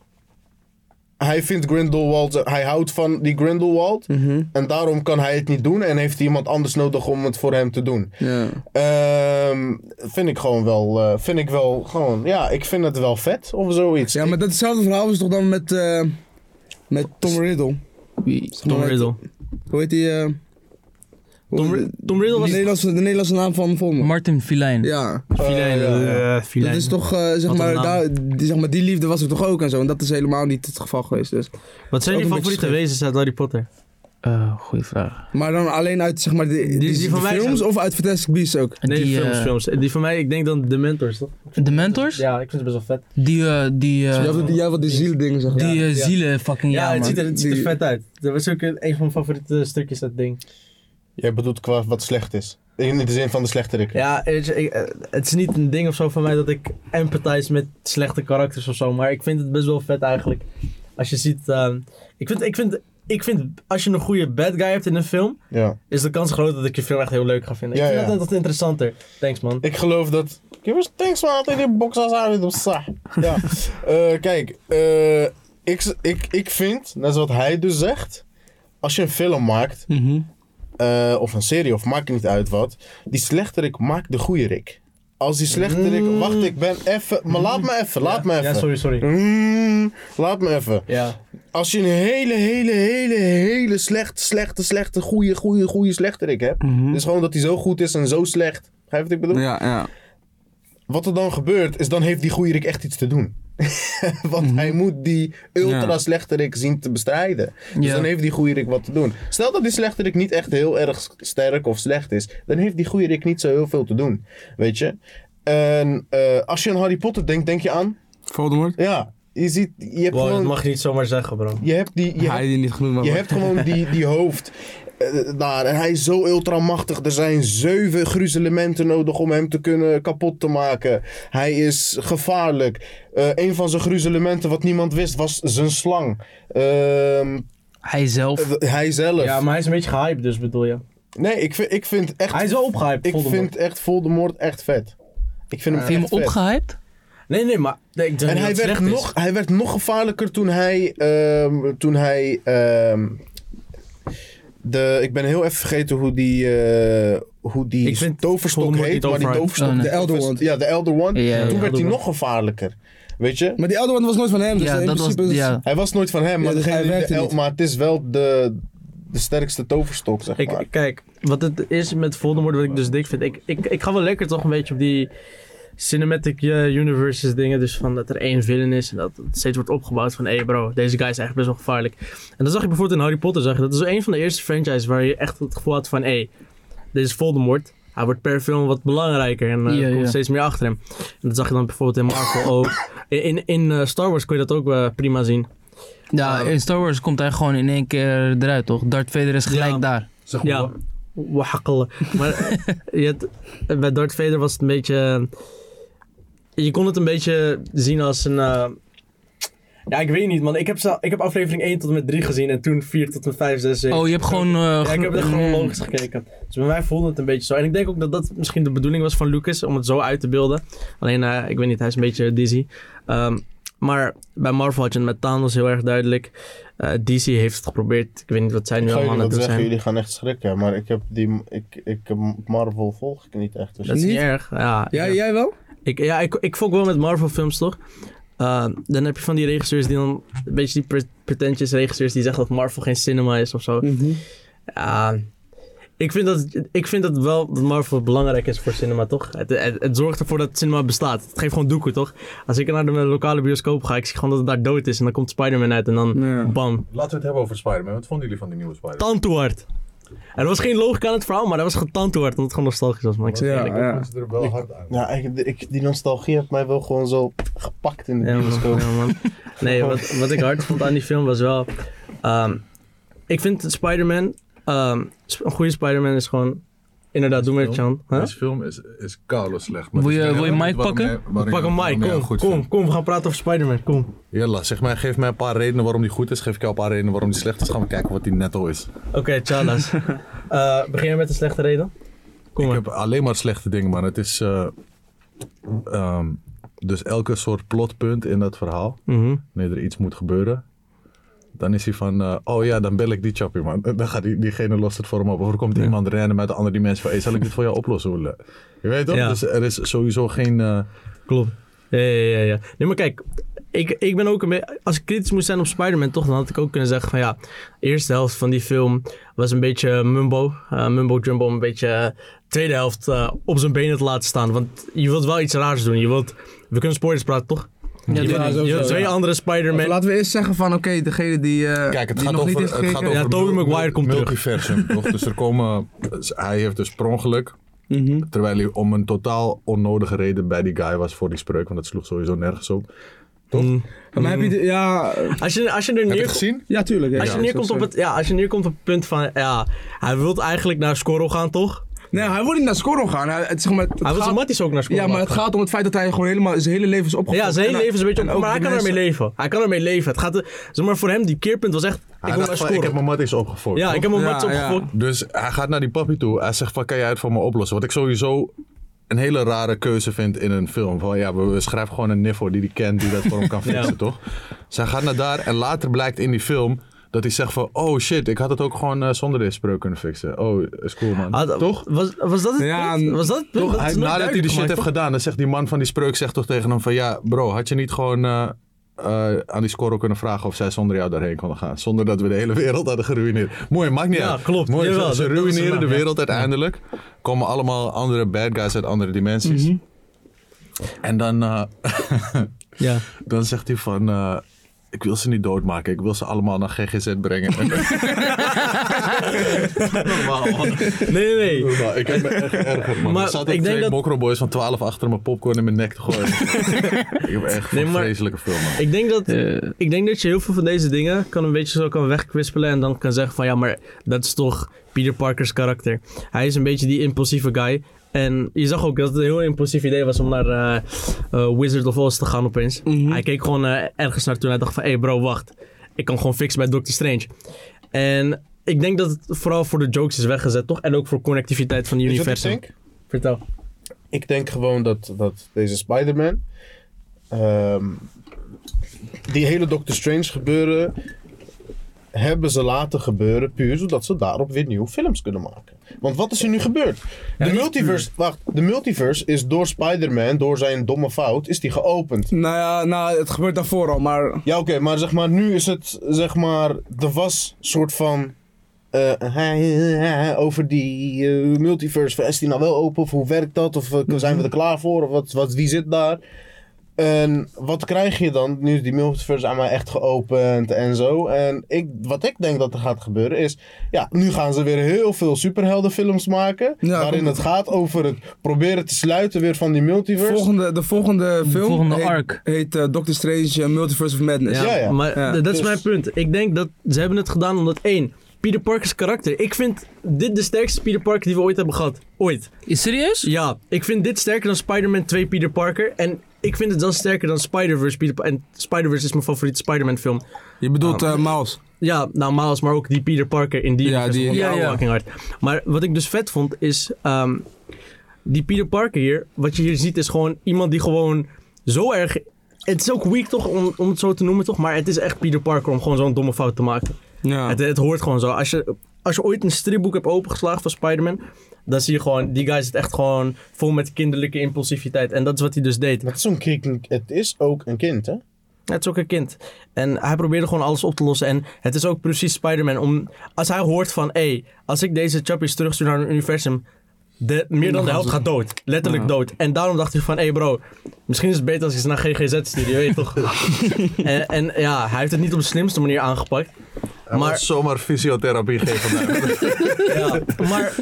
Speaker 4: hij vindt Grindelwald, hij houdt van die Grindelwald.
Speaker 1: Mhm.
Speaker 4: En daarom kan hij het niet doen en heeft hij iemand anders nodig om het voor hem te doen.
Speaker 1: Ja.
Speaker 4: Ehm, vind ik gewoon wel, eh, vind ik wel gewoon, ja, ik vind het wel vet of zoiets.
Speaker 1: ja, maar dat hetzelfde verhaal is toch dan met, eh, met Tom Riddle?
Speaker 3: Wie?
Speaker 1: maar
Speaker 3: Tom
Speaker 1: met-
Speaker 3: Riddle.
Speaker 1: Hoe heet die? eh, hoe-
Speaker 3: Tom, Ri- Tom Riddle
Speaker 1: de,
Speaker 3: was...
Speaker 1: Nederlandse, de Nederlandse naam van Voldemort.
Speaker 2: Martin Filijn.
Speaker 1: ja,
Speaker 3: Filijn.
Speaker 4: Eh, ja, ja.
Speaker 3: eh, Filijn.
Speaker 1: dat is toch, eh, zeg,
Speaker 3: Wat een
Speaker 1: maar,
Speaker 3: naam.
Speaker 1: daar, die, zeg maar, die liefde was er toch ook en zo. En dat is helemaal niet het geval geweest. Dus.
Speaker 3: Wat zijn
Speaker 1: ook
Speaker 3: je
Speaker 1: een beetje
Speaker 3: favoriete
Speaker 1: scheef.
Speaker 3: wezens uit Harry Potter? Eh, goeie vraag.
Speaker 1: Maar dan alleen uit zeg maar, de, die,
Speaker 3: die van
Speaker 1: de
Speaker 3: mij
Speaker 1: films
Speaker 3: zijn-
Speaker 1: of uit Fantastic Beasts ook?
Speaker 3: Nee,
Speaker 2: Die, eh,
Speaker 3: films, films. Die van mij, ik denk dan de mentors, toch?
Speaker 2: De mentors?
Speaker 3: Ja, ik vind het best wel vet.
Speaker 2: Die, eh, die, eh,
Speaker 1: jij, hebt, jij hebt wat die zieldingen zeg maar.
Speaker 2: die
Speaker 3: Ja,
Speaker 2: eh,
Speaker 3: ja.
Speaker 2: zielen fucking ja,
Speaker 3: Ja, het
Speaker 2: man.
Speaker 3: ziet, er, het ziet er
Speaker 1: Die-
Speaker 3: vet uit. Dat was ook een, een van mijn favoriete stukjes, dat ding.
Speaker 4: Jij bedoelt qua wat slecht is. In de zin van de slechterik.
Speaker 3: Ja, weet je, ik- eh, het is niet een ding of zo van mij dat ik empathize met slechte karakters of zo. Maar ik vind het best wel vet eigenlijk. Als je ziet... ehm, ik, vind, ik, vind, ik vind, als je een goede bad guy hebt in een film...
Speaker 4: Ja.
Speaker 3: is de kans groot dat ik je film echt heel leuk ga vinden.
Speaker 4: Ja,
Speaker 3: ik vind
Speaker 4: ja.
Speaker 3: dat net wat interessanter. Thanks, man.
Speaker 4: Ik geloof dat. Give us thanks man, altijd in box als hij op sa. Ja. Eh, kijk, eh, ik, ik, ik vind, net zoals wat hij dus zegt, als je een film maakt,
Speaker 2: Mhm.
Speaker 4: eh, of een serie, of maakt niet uit wat, die slechterik maakt de goede rik. Als die slechterik,
Speaker 3: Mm.
Speaker 4: wacht, ik ben even, maar laat me even, laat
Speaker 3: ja.
Speaker 4: me even.
Speaker 3: Ja, sorry, sorry.
Speaker 4: Mm, laat me even.
Speaker 3: Ja.
Speaker 4: Als je een hele, hele, hele, hele slechte, slechte, slechte, goede, goede, goede slechterik hebt.
Speaker 1: Mhm.
Speaker 4: Dus gewoon dat hij zo goed is en zo slecht. Begrijp je wat ik bedoel?
Speaker 1: Ja, ja.
Speaker 4: Wat er dan gebeurt, is dan heeft die goede Rick echt iets te doen. Want hij moet die ultra
Speaker 1: Ja.
Speaker 4: slechte Rick zien te bestrijden. Dus
Speaker 2: Ja.
Speaker 4: dan heeft die goede Rick wat te doen. Stel dat die slechte Rick niet echt heel erg sterk of slecht is, dan heeft die goede Rick niet zo heel veel te doen. Weet je? En eh, als je aan Harry Potter denkt, denk je aan.
Speaker 1: Voldemort?
Speaker 4: Ja, je ziet. Je hebt
Speaker 3: Wow, dat
Speaker 4: gewoon.
Speaker 3: mag je niet zomaar zeggen, bro.
Speaker 4: Je hebt die. Je
Speaker 1: hij
Speaker 4: hebt-
Speaker 1: die niet genoemd, maar
Speaker 4: je hebt gewoon die, die hoofd eh, daar. En hij is zo ultramachtig. Er zijn zeven gruzelementen nodig om hem te kunnen kapot te maken. Hij is gevaarlijk. Eh, een van zijn gruzelementen, wat niemand wist, was zijn slang. Ehm,
Speaker 2: Hij zelf.
Speaker 4: eh, hij zelf.
Speaker 3: Ja, maar hij is een beetje gehyped, dus bedoel je.
Speaker 4: Nee, ik vind, ik vind echt...
Speaker 3: Hij is wel opgehyped,
Speaker 4: Ik
Speaker 3: Voldemort. Eh,
Speaker 4: vind echt Voldemort echt vet. Ik vind hem
Speaker 2: Vind je hem
Speaker 4: echt vet.
Speaker 2: opgehyped?
Speaker 3: Nee, nee, maar... Nee, ik denk
Speaker 4: En
Speaker 3: niet
Speaker 4: hij
Speaker 3: dat het
Speaker 4: werd,
Speaker 3: slecht is.
Speaker 4: nog, hij werd nog gevaarlijker toen hij. ehm, toen hij. ehm, de, ik ben heel even vergeten hoe die. eh, hoe
Speaker 3: Ik
Speaker 4: die
Speaker 3: vind
Speaker 4: toverstok
Speaker 3: Voldemort
Speaker 4: heet.
Speaker 3: niet
Speaker 4: Maar die
Speaker 3: overhyped.
Speaker 4: toverstok.
Speaker 2: Oh, nee.
Speaker 4: de
Speaker 1: De Elder
Speaker 4: tovers-
Speaker 1: Wand.
Speaker 4: Ja, de Elder One.
Speaker 2: Ja,
Speaker 4: toen
Speaker 2: ja.
Speaker 4: werd hij
Speaker 3: Elder
Speaker 4: nog gevaarlijker. Weet je?
Speaker 1: Maar die oude one was nooit van hem, dus
Speaker 2: Ja,
Speaker 1: in
Speaker 2: dat was.
Speaker 1: principe is het-
Speaker 2: Ja.
Speaker 4: Hij was nooit van hem, maar,
Speaker 1: Ja, dus
Speaker 4: degene
Speaker 1: hij
Speaker 4: die de
Speaker 1: werkte
Speaker 4: el-
Speaker 1: niet.
Speaker 4: maar het is wel de, de sterkste toverstok, zeg maar.
Speaker 3: Ik, kijk, wat het is met Voldemort, wat ik dus dik vind. Ik, ik, ik ga wel lekker toch een beetje op die cinematic eh, universes dingen. Dus van dat er één villain is en dat het steeds wordt opgebouwd van... Hé hey bro, deze guy is eigenlijk best wel gevaarlijk. En dat zag je bijvoorbeeld in Harry Potter. Zag je, dat is een van de eerste franchises waar je echt het gevoel had van... Hé, hey, dit is Voldemort. Hij wordt per film wat belangrijker en eh,
Speaker 2: Ja,
Speaker 3: er komt
Speaker 2: ja.
Speaker 3: steeds meer achter hem. En dat zag je dan bijvoorbeeld in Marvel ook. In, in, in, eh, Star Wars kon je dat ook eh, prima zien.
Speaker 2: Ja, in Star Wars komt hij gewoon in één keer eruit, toch? Darth Vader is gelijk
Speaker 3: Ja.
Speaker 2: daar.
Speaker 5: Zeg maar,
Speaker 3: Ja, wakkelen. Maar je had- bij Darth Vader was het een beetje... Je kon het een beetje zien als een... eh, Ja, ik weet niet, man. Ik heb, zo- ik heb aflevering 1 tot en met 3 gezien en toen 4 tot en met 5, 6, 7.
Speaker 2: Oh, je hebt gewoon. eh,
Speaker 3: ja, ik heb er
Speaker 2: geno-
Speaker 3: gewoon logisch gekeken. Dus bij mij voelde het een beetje zo. En ik denk ook dat dat misschien de bedoeling was van Lucas, om het zo uit te beelden. Alleen, eh, ik weet niet, hij is een beetje dizzy. Ehm, maar bij Marvel had je het met Thanos heel erg duidelijk. Eh, DC heeft het geprobeerd. Ik weet niet wat zij
Speaker 4: Ik
Speaker 3: nu
Speaker 4: ga
Speaker 3: allemaal
Speaker 4: jullie
Speaker 3: aan
Speaker 4: wat
Speaker 3: het doen
Speaker 4: zeggen,
Speaker 3: zijn.
Speaker 4: jullie gaan echt schrikken. Maar ik heb die. Ik, ik, Marvel volg ik niet echt. Dus
Speaker 3: Dat is niet
Speaker 1: Niet?
Speaker 3: erg. Ja,
Speaker 1: Ja, jij wel?
Speaker 3: Ik, ja, ik, ik fok wel met Marvel films, toch? Uh, dan heb je van die regisseurs die dan... Een beetje die pre- pretentious regisseurs die zeggen dat Marvel geen cinema is of zo.
Speaker 1: Mhm.
Speaker 3: Ja, ik vind dat, ik vind dat wel dat Marvel belangrijk is voor cinema, toch? Het, het, het zorgt ervoor dat cinema bestaat. Het geeft gewoon doeken, toch? Als ik naar de lokale bioscoop ga, ik zie gewoon dat het daar dood is. En dan komt Spider-Man uit en dan...
Speaker 1: Ja.
Speaker 3: Bam.
Speaker 5: Laten we het hebben over Spider-Man. Wat vonden jullie van die nieuwe Spider-Man?
Speaker 3: Tandtoord. Er was geen logica aan het verhaal, maar dat was getandtoord. Omdat het gewoon nostalgisch was, man. Ik zeg
Speaker 1: Ja,
Speaker 3: eerlijk.
Speaker 5: Ik
Speaker 1: ja.
Speaker 5: vond ze er wel hard aan.
Speaker 4: Ja, ik, ik- die nostalgie heeft mij wel gewoon zo gepakt in de
Speaker 3: Ja, man.
Speaker 4: bioscoop.
Speaker 3: Ja, man.
Speaker 5: Oh.
Speaker 3: Nee, wat, wat ik hard vond aan die film was wel. ehm, ik vind Spider-Man. ehm, sp- een goede Spider-Man is gewoon. Inderdaad, doe maar het, Chan. Huh?
Speaker 5: Deze film is, is koude slecht. maar
Speaker 2: Wil
Speaker 5: het is
Speaker 2: je-
Speaker 5: niet
Speaker 2: wil je
Speaker 5: waarom-
Speaker 2: mic
Speaker 5: waarom
Speaker 2: pakken?
Speaker 5: hij- waarom
Speaker 3: Pak
Speaker 5: hij-
Speaker 3: hem
Speaker 5: waarom hij
Speaker 3: Mike.
Speaker 5: hem
Speaker 3: Kom,
Speaker 5: goed
Speaker 3: kom,
Speaker 5: vindt.
Speaker 3: kom, we gaan praten over Spider-Man. Kom.
Speaker 5: Jella, zeg maar, geef mij een paar redenen waarom die goed is. Geef ik jou een paar redenen waarom die slecht is. Gaan we kijken wat die netto is.
Speaker 3: Oké, Chalas. Eh, begin jij met een slechte reden? Kom
Speaker 5: Ik
Speaker 3: maar.
Speaker 5: heb alleen maar slechte dingen, man. Het is. eh, ehm, dus elke soort plotpunt in dat verhaal.
Speaker 3: Mhm.
Speaker 5: Wanneer er iets moet gebeuren. Dan is hij van, eh, oh ja, dan bel ik die chappie man. Dan gaat die, diegene lost het voor hem op. Of er komt iemand rennen met de andere dimensie van, hey, zal ik dit voor jou oplossen? Oele? Je weet toch?
Speaker 3: Ja.
Speaker 5: Dus er is sowieso geen... eh,
Speaker 3: Klopt. Ja, ja, ja, ja. Nee, maar kijk, ik, ik ben ook een beetje... Als ik kritisch moest zijn op Spider-Man, toch, dan had ik ook kunnen zeggen van ja... De eerste helft van die film was een beetje mumbo. eh, mumbo jumbo, een beetje... eh, tweede helft eh, op zijn benen te laten staan. Want je wilt wel iets raars doen. Je wilt... We kunnen spoilers praten, toch?
Speaker 2: Ja,
Speaker 3: Je
Speaker 2: dat-
Speaker 1: Ja,
Speaker 3: wilt,
Speaker 1: sowieso,
Speaker 3: je wilt
Speaker 1: ja.
Speaker 3: twee andere
Speaker 1: Of
Speaker 3: Spider-Man...
Speaker 1: laten we eerst zeggen van, oké, degene die, eh
Speaker 5: Kijk, het
Speaker 1: die
Speaker 5: gaat
Speaker 1: nog
Speaker 5: over,
Speaker 1: niet heeft
Speaker 5: het gaat
Speaker 1: gekeken.
Speaker 5: over
Speaker 3: Ja, Tobey
Speaker 5: mul-
Speaker 3: Maguire komt terug.
Speaker 5: multiversum, toch? Dus er komen, hij heeft dus per ongeluk,
Speaker 3: Mhm.
Speaker 5: terwijl hij om een totaal onnodige reden bij die guy was voor die spreuk, want dat sloeg sowieso nergens op.
Speaker 3: Mm.
Speaker 1: Maar heb je, de- ja, eh,
Speaker 3: Als je, als je er
Speaker 5: Heb je
Speaker 3: neer...
Speaker 5: het gezien?
Speaker 1: ja, tuurlijk. Ja,
Speaker 3: Als je,
Speaker 1: ja,
Speaker 3: neerkomt
Speaker 1: zo-
Speaker 3: op het, ja, als je neerkomt op het punt van, ja, hij wil eigenlijk naar Scorro gaan, toch?
Speaker 1: Nee, hij wil niet naar Scorro gaan. Hij, het, zeg maar, het
Speaker 3: Hij wil zijn
Speaker 1: gaat-
Speaker 3: matties ook naar Scorro
Speaker 1: Ja, maar het gaat om het feit dat hij gewoon helemaal zijn hele leven is opgevoed.
Speaker 3: Ja, zijn hele
Speaker 1: En hij-
Speaker 3: leven is een beetje...
Speaker 1: en
Speaker 3: op-
Speaker 1: ook
Speaker 3: Maar hij
Speaker 1: de
Speaker 3: kan ermee
Speaker 1: mensen-
Speaker 3: leven. Hij kan ermee leven. Het gaat... Zeg maar, voor hem, die keerpunt was echt...
Speaker 5: Hij
Speaker 3: ik wil naar
Speaker 5: dacht van, ik heb
Speaker 3: scoren.
Speaker 5: mijn matties opgefokt.
Speaker 3: Ja,
Speaker 5: toch?
Speaker 3: ik heb mijn
Speaker 1: Ja,
Speaker 3: mats
Speaker 1: ja.
Speaker 3: opgefokt.
Speaker 5: Dus hij gaat naar die papi toe. Hij zegt van, kan jij het voor me oplossen? Wat ik sowieso een hele rare keuze vind in een film. Van ja, we, we schrijven gewoon een niffo die die kent, die dat voor hem kan fixen,
Speaker 3: Ja.
Speaker 5: toch? Dus hij gaat naar daar en later blijkt in die film dat hij zegt van, oh shit, ik had het ook gewoon eh, zonder deze spreuk kunnen fixen. Oh, is cool man.
Speaker 3: Ah, dat-
Speaker 5: toch?
Speaker 3: Was, was dat het
Speaker 1: Ja,
Speaker 3: punt? Was dat het punt?
Speaker 5: Toch,
Speaker 3: Dat is
Speaker 5: hij, nadat hij
Speaker 3: nooit
Speaker 5: die
Speaker 3: duidelijk
Speaker 5: shit heeft
Speaker 3: gemaakt,
Speaker 5: gedaan, dan zegt die man van die spreuk zegt toch tegen hem van ja, bro, had je niet gewoon eh, eh, aan die scorer kunnen vragen of zij zonder jou daarheen konden gaan? Zonder dat we de hele wereld hadden geruineerd. Mooi, maakt niet
Speaker 3: Ja,
Speaker 5: uit.
Speaker 3: klopt.
Speaker 5: Mooi,
Speaker 3: Jawel,
Speaker 5: ze, ze
Speaker 3: dat- dat is
Speaker 5: ruïneren
Speaker 3: waar,
Speaker 5: de
Speaker 3: ja.
Speaker 5: wereld uiteindelijk. Komen allemaal andere bad guys uit andere dimensies.
Speaker 3: Mhm.
Speaker 5: En dan, eh,
Speaker 3: toch? Ja.
Speaker 5: dan zegt hij van... eh, ik wil ze niet doodmaken. Ik wil ze allemaal naar GGZ brengen. Normaal, man.
Speaker 3: Nee, nee, nee.
Speaker 5: Normaal, ik heb me echt erger, man.
Speaker 3: Maar
Speaker 5: er zaten
Speaker 3: ik denk
Speaker 5: twee
Speaker 3: dat-
Speaker 5: mokroboys van 12 achter mijn popcorn in mijn nek te gooien. ik heb echt
Speaker 3: Nee,
Speaker 5: een
Speaker 3: maar-
Speaker 5: vreselijke film, man.
Speaker 3: Ik denk, dat,
Speaker 2: Eh.
Speaker 3: ik denk dat je heel veel van deze dingen kan een beetje zo kan wegkwispelen en dan kan zeggen van ja, maar dat is toch Peter Parker's karakter. Hij is een beetje die impulsieve guy. En je zag ook dat het een heel impulsief idee was om naar eh, eh, Wizard of Oz te gaan opeens. Hij keek gewoon eh, ergens naartoe en hij dacht van hé hey bro, wacht. Ik kan gewoon fixen bij Doctor Strange. En ik denk dat het vooral voor de jokes is weggezet, toch? En ook voor connectiviteit van het
Speaker 4: Weet je wat ik
Speaker 3: universum.
Speaker 4: denk?
Speaker 3: Vertel.
Speaker 4: Ik denk gewoon dat, dat deze Spider-Man. ehm, die hele Doctor Strange gebeuren. hebben ze laten gebeuren puur zodat ze daarop weer nieuwe films kunnen maken. Want wat is er nu gebeurd? De multiverse. Wacht, de multiverse is door Spider-Man, door zijn domme fout, is die geopend.
Speaker 1: Nou ja, nou, het gebeurt daarvoor al, maar...
Speaker 4: Ja, oké, maar zeg maar, nu is het, zeg maar, er was soort van. eh, over die eh, multiverse. Van, Is die nou wel open? Of hoe werkt dat? Of eh,
Speaker 1: Mhm.
Speaker 4: zijn we er klaar voor? Of wat, wat, wie zit daar? En wat krijg je dan? Nu is die multiverse aan mij echt geopend en zo. En ik, wat ik denk dat er gaat gebeuren is. Ja, nu gaan ze weer heel veel superheldenfilms maken.
Speaker 1: Ja,
Speaker 4: waarin
Speaker 1: klopt.
Speaker 4: het gaat over het proberen te sluiten weer van die multiverse.
Speaker 1: Volgende, de volgende film
Speaker 2: volgende
Speaker 1: heet,
Speaker 2: arc.
Speaker 1: heet eh, Doctor Strange eh, Multiverse of Madness.
Speaker 3: Ja,
Speaker 4: Ja, ja.
Speaker 3: maar
Speaker 1: Ja.
Speaker 3: d- dat is
Speaker 4: Dus-
Speaker 3: mijn punt. Ik denk dat ze hebben het gedaan omdat één, Peter Parker's karakter. Ik vind dit de sterkste Peter Parker die we ooit hebben gehad. Ooit.
Speaker 2: Is serieus?
Speaker 3: Ja, ik vind dit sterker dan Spider-Man 2 Peter Parker. En ik vind het dan sterker dan Spider-Verse Peter Pa- En Spider-Verse is mijn favoriete Spider-Man film.
Speaker 1: Je bedoelt eh Miles.
Speaker 3: Ja, nou Miles, maar ook die Peter Parker in die
Speaker 1: Ja,
Speaker 3: universum
Speaker 1: die-
Speaker 3: vond ik
Speaker 1: ja,
Speaker 3: ook
Speaker 1: ja.
Speaker 3: fucking hard. Maar wat ik dus vet vond is... ehm, die Peter Parker hier, wat je hier ziet is gewoon iemand die gewoon zo erg... Het is ook weak toch, om, om het zo te noemen toch? Maar het is echt Peter Parker om gewoon zo'n domme fout te maken.
Speaker 1: Ja.
Speaker 3: Het, het hoort gewoon zo. Als je, als je ooit een stripboek hebt opengeslagen van Spider-Man... dan zie je gewoon, die guy zit echt gewoon vol met kinderlijke impulsiviteit. En dat is wat hij dus deed.
Speaker 4: Maar het is, zo'n kind- het is ook een kind, hè?
Speaker 3: Het is ook een kind. En hij probeerde gewoon alles op te lossen. En het is ook precies Spider-Man. Om, als hij hoort van, hé, als ik deze chappies terugstuur naar een universum... De, meer dan de helft gaat dood. Letterlijk dood. En daarom dacht hij van, hé bro, misschien is het beter als ik ze naar GGZ stuur, je weet toch. en, en ja, hij heeft het niet op de slimste manier aangepakt.
Speaker 5: Hij
Speaker 3: maar-
Speaker 5: maar... zomaar fysiotherapie geven. daar.
Speaker 3: Ja, maar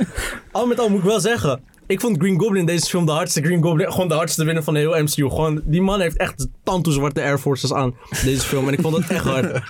Speaker 3: al met al moet ik wel zeggen. Ik vond Green Goblin in deze film de hardste Green Goblin. Gewoon de hardste winnaar van de hele MCU. Gewoon, die man heeft echt tantoezwarte Air Forces aan. Deze film. En ik vond dat echt hard.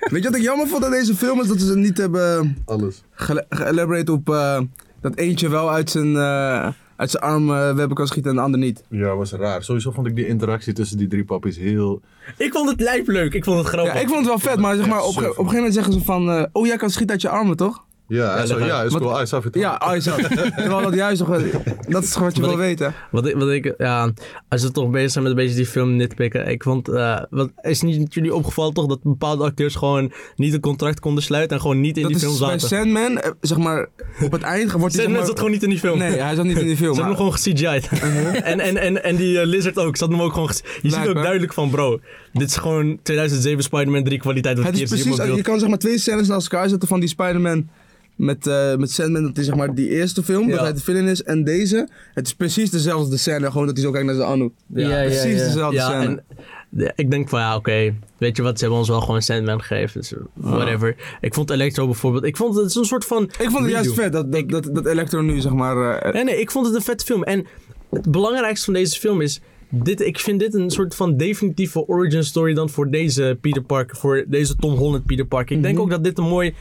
Speaker 1: Weet je wat ik jammer vond aan deze film? Is dat ze niet hebben
Speaker 5: Alles.
Speaker 1: gele- geëlaborate op eh, dat eentje wel uit zijn, eh, uit zijn arm eh, webben kan schieten en de ander niet.
Speaker 5: Ja, was raar. Sowieso vond ik die interactie tussen die drie pappies heel...
Speaker 3: Ik vond het lijp leuk. Ik vond het grappig.
Speaker 1: Ja, ik vond het wel vet, maar, zeg maar op, op een gegeven moment zeggen ze van... eh, oh, jij kan schieten uit je armen, toch?
Speaker 5: Ja, hij
Speaker 3: leg
Speaker 5: zo,
Speaker 3: uit.
Speaker 5: ja, is
Speaker 1: Wat-
Speaker 5: cool. Ah, is af en toe.
Speaker 1: Ja, ISO. Terwijl dat juist nog... Dat is gewoon wat je
Speaker 3: Wat
Speaker 1: wil
Speaker 3: ik-
Speaker 1: weten.
Speaker 3: Wat ik, wat ik, ja, als we toch bezig zijn met een beetje die film nitpikken. Ik vond, eh, wat, is niet jullie opgevallen toch dat bepaalde acteurs gewoon niet een contract konden sluiten en gewoon niet in
Speaker 1: Dat
Speaker 3: die film
Speaker 1: is bij
Speaker 3: zaten?
Speaker 1: Sandman, eh, zeg maar, op het eind wordt hij... zeg
Speaker 3: Sandman
Speaker 1: maar-
Speaker 3: zat gewoon niet in die film.
Speaker 1: Nee, hij zat niet in die film.
Speaker 3: Ze hebben
Speaker 1: maar- Uh-huh.
Speaker 3: hem gewoon ge-CGI'd. en, en, en, en die eh, Lizard ook. Ze hadden hem ook gewoon ge- Je ziet ook
Speaker 1: Blijkbaar.
Speaker 3: duidelijk van, bro, dit is gewoon 2007 Spider-Man 3 kwaliteit. Wat
Speaker 1: Het
Speaker 3: ik hier
Speaker 1: is
Speaker 3: zie op
Speaker 1: precies,
Speaker 3: mijn
Speaker 1: je
Speaker 3: beeld.
Speaker 1: kan zeg maar twee scènes naast elkaar zetten van die Spider-Man met, eh, met Sandman. Dat is zeg maar die eerste film, dat
Speaker 3: Ja.
Speaker 1: hij de villain is. En deze, het is precies dezelfde scène, gewoon dat hij zo kijkt naar zijn Anu.
Speaker 3: Ja, ja,
Speaker 1: precies dezelfde
Speaker 3: Ja,
Speaker 1: scène.
Speaker 3: en de- ik denk van, ja, oké, weet je wat, ze hebben ons wel gewoon Sandman gegeven, dus
Speaker 1: Ah.
Speaker 3: whatever. Ik vond Electro bijvoorbeeld, ik vond het, het is een soort van...
Speaker 1: Ik vond het juist
Speaker 3: redo.
Speaker 1: vet dat, dat, dat, dat Electro nu zeg maar... eh,
Speaker 3: Nee, nee, ik vond het een vette film. En het belangrijkste van deze film is... Dit, ik vind dit een soort van definitieve origin story dan voor deze Peter Parker. Voor deze Tom Holland Peter Parker. Ik denk
Speaker 1: Mhm.
Speaker 3: ook dat dit een mooi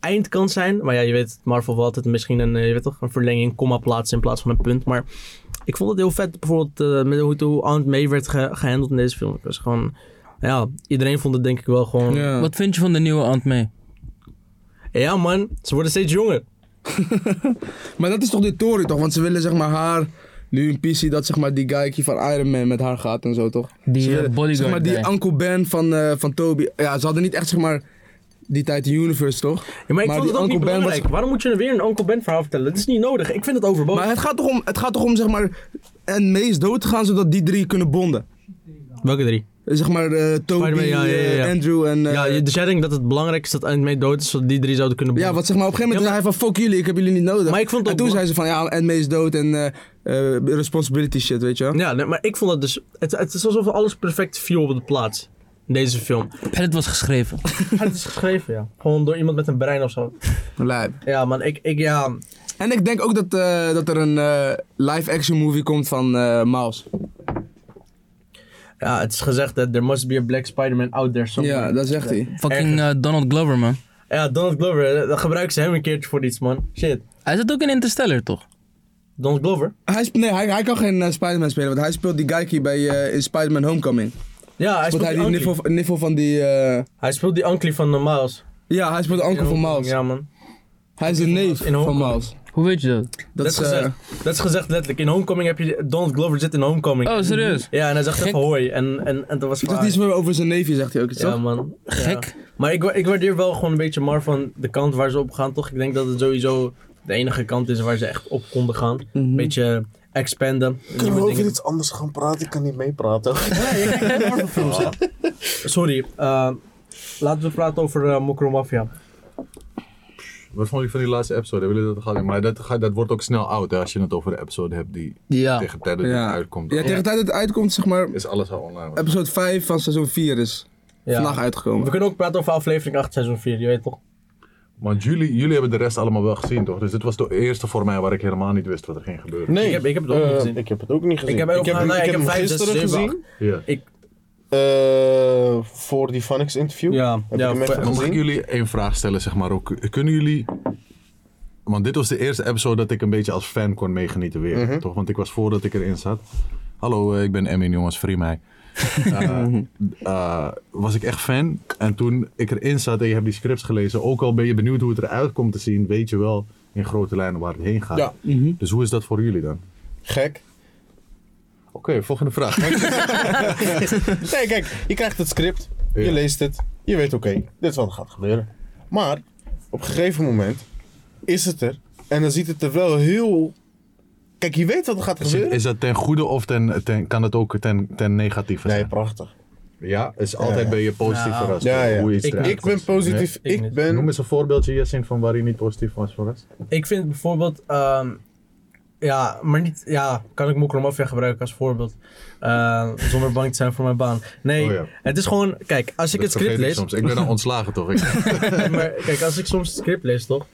Speaker 3: eind kan zijn. Maar ja, je weet, Marvel wil altijd misschien een, eh, je weet toch, een verlenging, comma plaatsen in plaats van een punt. Maar ik vond het heel vet bijvoorbeeld eh, met hoe, hoe Aunt May werd ge- gehandeld in deze film. Het was gewoon... Ja, iedereen vond het denk ik wel gewoon... Ja,
Speaker 1: ja.
Speaker 2: Wat vind je van de nieuwe Ant May?
Speaker 3: man, ze worden steeds jonger.
Speaker 1: Maar dat is toch die Tory toch? Want ze willen zeg maar haar... Nu een PC dat zeg maar die guy van Iron Man met haar gaat en zo toch?
Speaker 2: Die
Speaker 1: Ze
Speaker 2: eh,
Speaker 1: willen-
Speaker 2: bodyguard.
Speaker 1: Zeg maar die
Speaker 2: guy.
Speaker 1: Uncle Ben van, eh, van Toby. Ja, ze hadden niet echt zeg maar die tijd de universe toch?
Speaker 3: Ja, maar ik
Speaker 1: Maar
Speaker 3: vond
Speaker 1: die
Speaker 3: het ook niet
Speaker 1: Uncle Ben was-
Speaker 3: belangrijk. Waarom moet je er weer een Uncle Ben verhaal vertellen? Dat is niet nodig. Ik vind het overbodig.
Speaker 1: Maar het gaat toch om, het gaat toch om zeg maar, en Mees dood te gaan zodat die drie kunnen bonden.
Speaker 3: Welke drie?
Speaker 1: Zeg maar eh, Toby,
Speaker 3: Spider-Man, ja, ja, ja, ja.
Speaker 1: eh, Andrew en... eh,
Speaker 3: ja, je- dus jij denkt dat het belangrijk is dat Aunt May dood is, zodat die drie zouden kunnen
Speaker 1: ja,
Speaker 3: bonderen.
Speaker 1: want zeg maar op een gegeven moment zei hij van fuck jullie, ik heb jullie niet nodig.
Speaker 3: Maar ik vond het
Speaker 1: en
Speaker 3: ook
Speaker 1: toen zei ze van ja, en May is dood en eh, eh, responsibility shit, weet je wel.
Speaker 3: Ja, nee, maar ik vond dat dus... Het, het is alsof alles perfect viel op de plaats. In deze film.
Speaker 2: En het was geschreven.
Speaker 3: het is geschreven, ja. Gewoon door iemand met een brein of zo.
Speaker 1: Lijp.
Speaker 3: Ja, man, ik... ik ja,
Speaker 1: En ik denk ook dat, eh, dat er een eh, live action movie komt van eh, Miles.
Speaker 3: ja, het is gezegd dat there must be a black Spider-Man out there somewhere.
Speaker 1: Ja, dat zegt hij.
Speaker 2: Fucking eh, Donald Glover, man.
Speaker 3: Ja, Donald Glover, eh, dan gebruiken ze hem een keertje voor iets, man. Shit.
Speaker 2: Hij zat ook in Interstellar, toch?
Speaker 3: Donald Glover?
Speaker 1: hij. sp- Nee, hij, hij kan geen eh, Spider-Man spelen, want hij speelt die Geikie bij eh, in Spider-Man Homecoming.
Speaker 3: Ja, hij
Speaker 1: Want
Speaker 3: speelt
Speaker 1: hij
Speaker 3: die
Speaker 1: die
Speaker 3: Uncle.
Speaker 1: niffel, niffel van die... eh,
Speaker 3: Hij speelt die Uncle van uh, Miles.
Speaker 1: ja, hij speelt de onkel van Miles.
Speaker 3: Ja, man.
Speaker 1: Hij is de neef
Speaker 3: in
Speaker 1: van
Speaker 3: Homecoming.
Speaker 1: Miles.
Speaker 2: Hoe weet je dat?
Speaker 1: Dat is,
Speaker 3: dat, is
Speaker 1: eh,
Speaker 3: gezegd, dat is gezegd letterlijk. In Homecoming heb je... Donald Glover zit in Homecoming.
Speaker 2: Oh, serieus?
Speaker 3: Ja, en hij zegt
Speaker 2: Gek.
Speaker 3: even hoi. En, en, en dat was
Speaker 1: Ik dacht iets meer over zijn neefje, zegt hij ook iets,
Speaker 3: Ja,
Speaker 1: toch?
Speaker 3: man. Ja.
Speaker 2: Gek.
Speaker 3: Maar ik, wa- ik waardeer wel gewoon een beetje Mar van de kant waar ze op gaan, toch? Ik denk dat het sowieso de enige kant is waar ze echt op konden gaan. Een beetje eh, expanden.
Speaker 4: Kunnen we
Speaker 3: nieuwe
Speaker 4: over
Speaker 3: dingen.
Speaker 4: iets anders gaan praten? Ik kan niet meepraten.
Speaker 3: Sorry. eh, laten we praten over eh Mokro Mafia.
Speaker 5: Wat vond je van die laatste episode? Hebben jullie dat gehad? Maar dat, gaat- dat wordt ook snel oud hè, als je het over de episode hebt die
Speaker 2: Ja.
Speaker 5: tegen tijd dat die
Speaker 1: Ja.
Speaker 5: uitkomt.
Speaker 1: Ja, tegen de tijd dat het uitkomt, zeg maar,
Speaker 5: Is alles al online.
Speaker 1: episode 5 van seizoen 4 is
Speaker 3: Ja.
Speaker 1: vandaag
Speaker 3: We
Speaker 1: uitgekomen.
Speaker 3: kunnen ook praten over aflevering 8, seizoen 4. Je weet toch?
Speaker 5: Want jullie, jullie hebben de rest allemaal wel gezien, toch? Dus dit was de eerste voor mij waar ik helemaal niet wist wat er ging gebeuren.
Speaker 4: Nee,
Speaker 3: Ik heb- ik heb het ook niet
Speaker 4: eh,
Speaker 3: gezien.
Speaker 4: Ik heb het ook niet gezien.
Speaker 3: heb ook gedaan, nee, ik heb vijf, zes, zeven,
Speaker 5: Ja.
Speaker 4: eh, voor die Phonics interview.
Speaker 3: Ja,
Speaker 4: heb
Speaker 3: ja,
Speaker 4: ik
Speaker 3: voor-
Speaker 4: hem even
Speaker 5: Maar mag ik
Speaker 4: gezien.
Speaker 5: jullie één vraag stellen, zeg maar ook? Kunnen jullie... Want dit was de eerste episode dat ik een beetje als fan kon meegenieten weer, toch? Want ik was voordat ik erin zat. Hallo, eh, ik ben Emin, jongens, free mij. Eh, eh, was ik echt fan. En toen ik erin zat en je hebt die scripts gelezen, ook al ben je benieuwd hoe het eruit komt te zien, weet je wel in grote lijnen waar het heen gaat.
Speaker 4: Ja.
Speaker 5: Dus hoe is dat voor jullie dan?
Speaker 4: Gek.
Speaker 5: Oké, volgende vraag.
Speaker 4: Nee, kijk, je krijgt het script,
Speaker 5: Ja.
Speaker 4: je leest het, je weet oké, dit is wat er gaat gebeuren. Maar op een gegeven moment is het er en dan ziet het er wel heel. Kijk, je weet wat er gaat
Speaker 5: Is, het-
Speaker 4: gebeuren.
Speaker 5: is dat ten goede of ten, ten, kan het ook ten, ten negatieve
Speaker 4: Nee,
Speaker 5: zijn?
Speaker 4: prachtig.
Speaker 5: Ja, is altijd ben je positief
Speaker 3: Nou,
Speaker 5: verrast.
Speaker 4: ja, ja.
Speaker 5: Hoe iets
Speaker 3: Ik-
Speaker 5: eruit
Speaker 4: Ik ben
Speaker 5: komt.
Speaker 4: positief,
Speaker 3: Nee, ik
Speaker 4: ik
Speaker 3: niet.
Speaker 5: Nee. Noem
Speaker 4: ben.
Speaker 5: eens een voorbeeldje, Jessin, van waar je niet positief was verrast.
Speaker 3: Ik vind bijvoorbeeld. ehm, ja, maar niet. Ja, kan ik Mokro Mafia gebruiken als voorbeeld? Eh, zonder bang te zijn voor mijn baan. Nee,
Speaker 5: Oh ja.
Speaker 3: het is gewoon. Kijk, als ik
Speaker 5: Dat
Speaker 3: het script
Speaker 5: vergeet
Speaker 3: lees.
Speaker 5: soms. Ik ben al ontslagen toch? Ik,
Speaker 3: Nee, maar kijk, als ik soms het script lees, toch?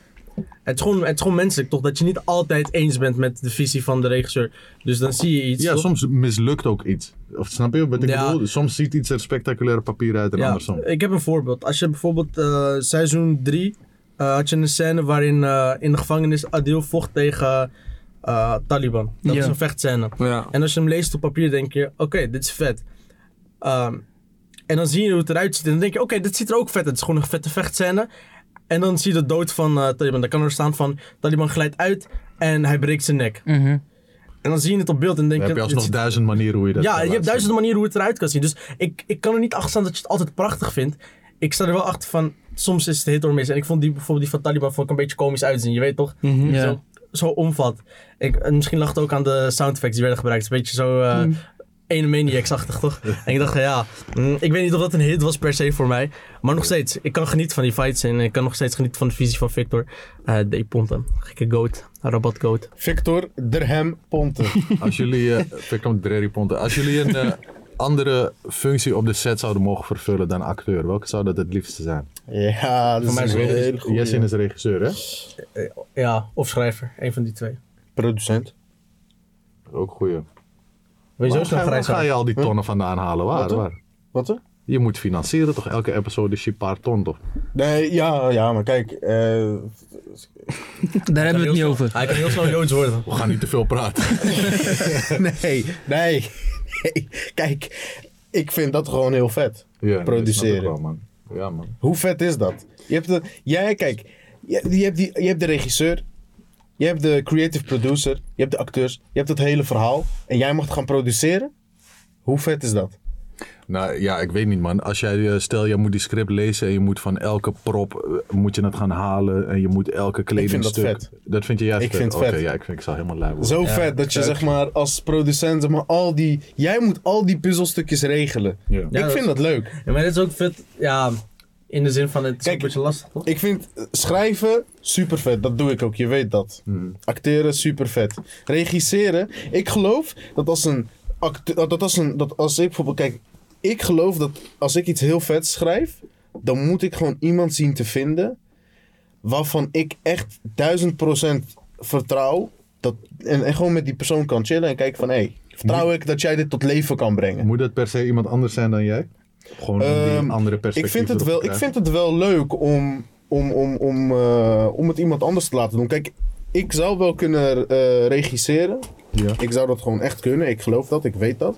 Speaker 3: Het is, gewoon, het is gewoon menselijk, toch? Dat je niet altijd eens bent met de visie van de regisseur. Dus dan zie je iets.
Speaker 5: ja,
Speaker 3: toch?
Speaker 5: soms mislukt ook iets. Of snap je wat ik
Speaker 3: Ja.
Speaker 5: bedoel? Dus Soms ziet iets er spectaculaire papier uit en andersom.
Speaker 3: Ik heb een voorbeeld. Als je bijvoorbeeld eh, seizoen 3 had je een scène waarin eh, in de gevangenis Adil vocht tegen eh, Taliban. Dat
Speaker 2: Ja.
Speaker 3: is een vechtscène.
Speaker 1: Ja.
Speaker 3: En als je hem leest op papier, denk je: oké, dit is vet. Ehm, en dan zie je hoe het eruit ziet. En dan denk je: oké, dit ziet er ook vet uit. Het is gewoon een vette vechtscène. En dan zie je de dood van eh, Taliban. Dan kan er staan van Taliban glijdt uit en hij breekt zijn nek.
Speaker 2: Mhm.
Speaker 3: En dan zie je het op beeld en denk
Speaker 5: Dan heb je
Speaker 3: dit
Speaker 5: alsnog
Speaker 3: ziet-
Speaker 5: duizend manieren hoe je dat
Speaker 3: Ja,
Speaker 5: kan
Speaker 3: je
Speaker 5: laten
Speaker 3: hebt
Speaker 5: zien.
Speaker 3: duizenden manieren hoe het eruit kan zien. Dus ik, ik kan er niet achter staan dat je het altijd prachtig vindt. Ik sta er wel achter van, soms is het hit or miss. En ik vond die bijvoorbeeld die van Taliban vond ik een beetje komisch uitzien. Je weet toch?
Speaker 1: Mhm.
Speaker 2: Ja.
Speaker 3: Zo, zo omvat. Ik, en misschien lag het ook aan de sound effects die werden gebruikt. Het is Een beetje zo eh
Speaker 2: Hmm.
Speaker 3: ene maniacs-achtig, toch? en ik dacht, van, ja, mm, ik weet niet of dat een hit was per se voor mij. Maar nog steeds, ik kan genieten van die fights. En ik kan nog steeds genieten van de visie van Victor. eh de Ponte, gekke goat, robot goat.
Speaker 4: Victor Derhem Ponte.
Speaker 5: Als jullie, eh Vikram Dreri Ponte, als jullie een eh, andere functie op de set zouden mogen vervullen dan acteur, welke zou dat het liefste zijn?
Speaker 4: ja, dat
Speaker 3: Voor mij
Speaker 4: is
Speaker 3: is
Speaker 4: een
Speaker 3: het
Speaker 4: hele goede
Speaker 5: Jessin is regisseur, hè?
Speaker 3: Ja, of schrijver, een van die twee.
Speaker 4: producent.
Speaker 5: Ook goeie.
Speaker 3: Weet je zo
Speaker 5: Waar
Speaker 3: snel
Speaker 5: ga,
Speaker 3: grijs
Speaker 5: waar ga
Speaker 3: haar?
Speaker 5: je al die tonnen vandaan halen?
Speaker 4: Wat
Speaker 5: Waar,
Speaker 4: dan?
Speaker 5: waar?
Speaker 4: Wat er?
Speaker 5: Je moet financieren toch? Elke episode is je paar ton toch?
Speaker 4: Nee, ja, ja, maar kijk. eh,
Speaker 2: Daar hebben we het niet over.
Speaker 3: Hij kan heel snel Joods worden.
Speaker 5: We gaan niet te veel praten.
Speaker 4: nee, nee, nee. Kijk, ik vind dat gewoon heel vet.
Speaker 5: Ja, dat
Speaker 4: Produceren.
Speaker 5: snap ik wel, man. Ja, man.
Speaker 4: Hoe vet is dat? Je hebt de, jij, kijk, je, je, hebt die, je hebt de regisseur, je hebt de creative producer, je hebt de acteurs, je hebt het hele verhaal. En jij mag het gaan produceren? Hoe vet is dat?
Speaker 5: Nou ja, ik weet niet man. Als jij, eh, stel jij moet die script lezen en je moet van elke prop, eh, moet je het gaan halen en je moet elke kledingstuk.
Speaker 4: vet.
Speaker 5: Dat vind je juist
Speaker 4: Ik
Speaker 5: vet?
Speaker 4: vind het
Speaker 5: Oké,
Speaker 4: vet.
Speaker 5: ja, ik vind ik zal helemaal lui worden.
Speaker 4: Zo vet dat je zeg maar als producent zeg maar al die... Jij moet al die puzzelstukjes regelen.
Speaker 5: Ja.
Speaker 3: Ja,
Speaker 4: ik
Speaker 3: dat
Speaker 4: vind dat leuk.
Speaker 3: Ja, maar dit is ook vet, ja, in de zin van het is
Speaker 4: Kijk,
Speaker 3: een beetje lastig, toch?
Speaker 4: Ik vind eh, schrijven super vet. Dat doe ik ook, je weet dat. Acteren super vet. Regisseren. Ik geloof dat als een acteur. Dat als, een, dat als ik bijvoorbeeld. Kijk, ik geloof dat als ik iets heel vets schrijf. dan moet ik gewoon iemand zien te vinden. waarvan ik echt duizend procent vertrouw. Dat, en, en gewoon met die persoon kan chillen en kijken van hé. Hey, vertrouw ik dat jij dit tot leven kan brengen?
Speaker 5: Moet dat per se iemand anders zijn dan jij? Gewoon om
Speaker 4: Ehm,
Speaker 5: die andere
Speaker 4: Ik
Speaker 5: perspectief
Speaker 4: vind, het
Speaker 5: erop te
Speaker 4: wel, ik
Speaker 5: krijgen.
Speaker 4: vind het wel leuk om, om, om, om, eh, om het iemand anders te laten doen. Kijk, ik zou wel kunnen eh, regisseren.
Speaker 5: Ja.
Speaker 4: Ik zou dat gewoon echt kunnen. Ik geloof dat, ik weet dat.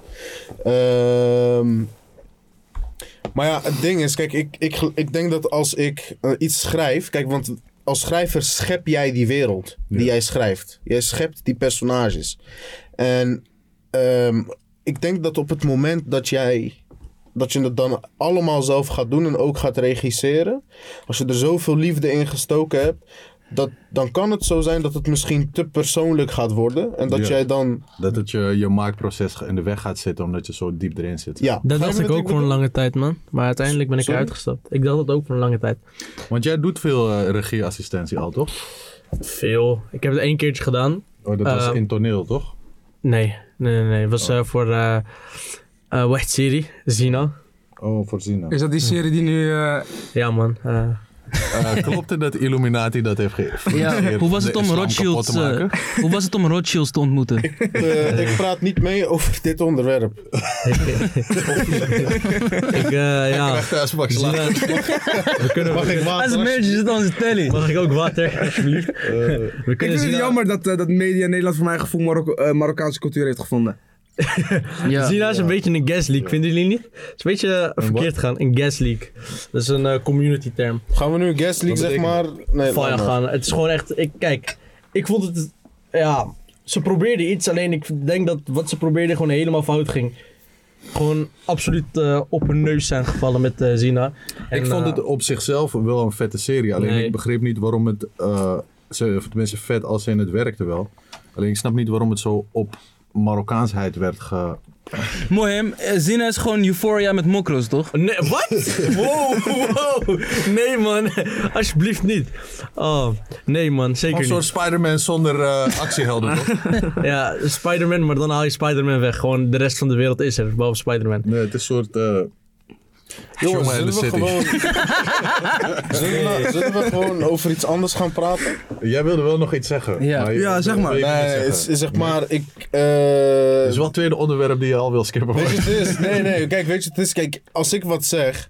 Speaker 4: Ehm, maar ja, het ding is, kijk, ik, ik, gel- ik denk dat als ik eh, iets schrijf. Kijk, want als schrijver schep jij die wereld die
Speaker 5: Ja.
Speaker 4: jij schrijft. Jij schept die personages. En ehm, ik denk dat op het moment dat jij dat je het dan allemaal zelf gaat doen en ook gaat regisseren. Als je er zoveel liefde in gestoken hebt, dat, dan kan het zo zijn dat het misschien te persoonlijk gaat worden. En dat
Speaker 5: Ja.
Speaker 4: jij dan.
Speaker 5: Dat het je, je maakproces in de weg gaat zitten omdat je zo diep erin zit.
Speaker 4: Ja,
Speaker 3: Dat
Speaker 4: Snap
Speaker 3: dacht
Speaker 4: je
Speaker 3: ik
Speaker 4: wat
Speaker 3: ook voor een
Speaker 4: bedoel?
Speaker 3: lange tijd, man. Maar uiteindelijk ben ik
Speaker 4: Sorry?
Speaker 3: uitgestapt. Ik dacht dat ook voor een lange tijd.
Speaker 5: Want jij doet veel eh, regieassistentie al, toch?
Speaker 3: Veel. Ik heb het één keertje gedaan.
Speaker 5: Oh, dat was
Speaker 3: Ehm,
Speaker 5: in toneel, toch?
Speaker 3: Nee, nee, nee. nee. Het was eh, voor eh eh West City, Zina.
Speaker 5: Oh, voorzien.
Speaker 1: Is dat die serie die nu... eh,
Speaker 3: Ja, man. eh,
Speaker 5: klopt het dat Illuminati dat heeft gegeven?
Speaker 2: Ja, hoe was het om Rothschilds,
Speaker 5: Rothschild te maken?
Speaker 2: eh, hoe was het om Rothschilds te ontmoeten?
Speaker 4: Eh, ik praat niet mee over dit onderwerp.
Speaker 3: ik, eh, ja. Zina. We kunnen,
Speaker 4: Mag ik water?
Speaker 2: zit aan zijn telly.
Speaker 3: mag ik ook water, alsjeblieft? we
Speaker 1: Eh.
Speaker 3: kunnen
Speaker 1: Ik vind het
Speaker 3: Zina-
Speaker 1: jammer dat, eh, dat media in Nederland voor mijn gevoel Marokko- eh, Marokkaanse cultuur heeft gevonden.
Speaker 2: Ja.
Speaker 3: Zina is een beetje een gas leak, vinden jullie niet? Het is een beetje eh, verkeerd gaan, een gas leak. Dat is een eh, community term.
Speaker 4: Gaan we nu guest league,
Speaker 5: Wat
Speaker 4: zeg maar? Nee,
Speaker 3: van je
Speaker 4: laat maar.
Speaker 3: gaan. Het is gewoon echt. Ik, kijk, ik vond het. Ja, ze probeerden iets, alleen ik denk dat wat ze probeerden gewoon helemaal fout ging. Gewoon absoluut eh, op hun neus zijn gevallen met eh, Zina. En,
Speaker 5: ik vond
Speaker 3: eh,
Speaker 5: het op zichzelf wel een vette serie. Alleen
Speaker 3: Nee.
Speaker 5: ik begreep niet waarom het. eh, ze, of tenminste, vet als in het werkte wel. Alleen ik snap niet waarom het zo op Marokaansheid werd ge.
Speaker 2: Mooi hem, eh, Zina is gewoon Euphoria met mokro's, toch?
Speaker 3: Nee, eh, wat? wow, wow. Nee, man. Alsjeblieft niet. Oh, nee, man. Zeker
Speaker 5: Een
Speaker 3: niet.
Speaker 5: soort Spider-Man zonder eh, actiehelden. toch?
Speaker 3: Ja, Spider-Man, maar dan haal je Spider-Man weg. Gewoon de rest van de wereld is er, behalve Spider-Man.
Speaker 5: Nee, het is een soort. eh,
Speaker 4: Jongens,
Speaker 5: Jongen in
Speaker 4: zullen
Speaker 5: de
Speaker 4: we
Speaker 5: City.
Speaker 4: gewoon. zullen, we, zullen we gewoon over iets anders gaan praten?
Speaker 5: Jij wilde wel nog iets zeggen.
Speaker 2: Ja.
Speaker 5: je-
Speaker 1: Ja, zeg maar.
Speaker 5: wil je niet
Speaker 4: Nee,
Speaker 5: zeggen?
Speaker 4: het is- is zeg maar, ik.
Speaker 5: Het
Speaker 4: eh
Speaker 5: is wel het tweede onderwerp die je al wil skippen.
Speaker 4: Weet
Speaker 5: maar-
Speaker 4: je wat het is? Nee, nee. Kijk, weet je wat het is? Kijk, als ik wat zeg,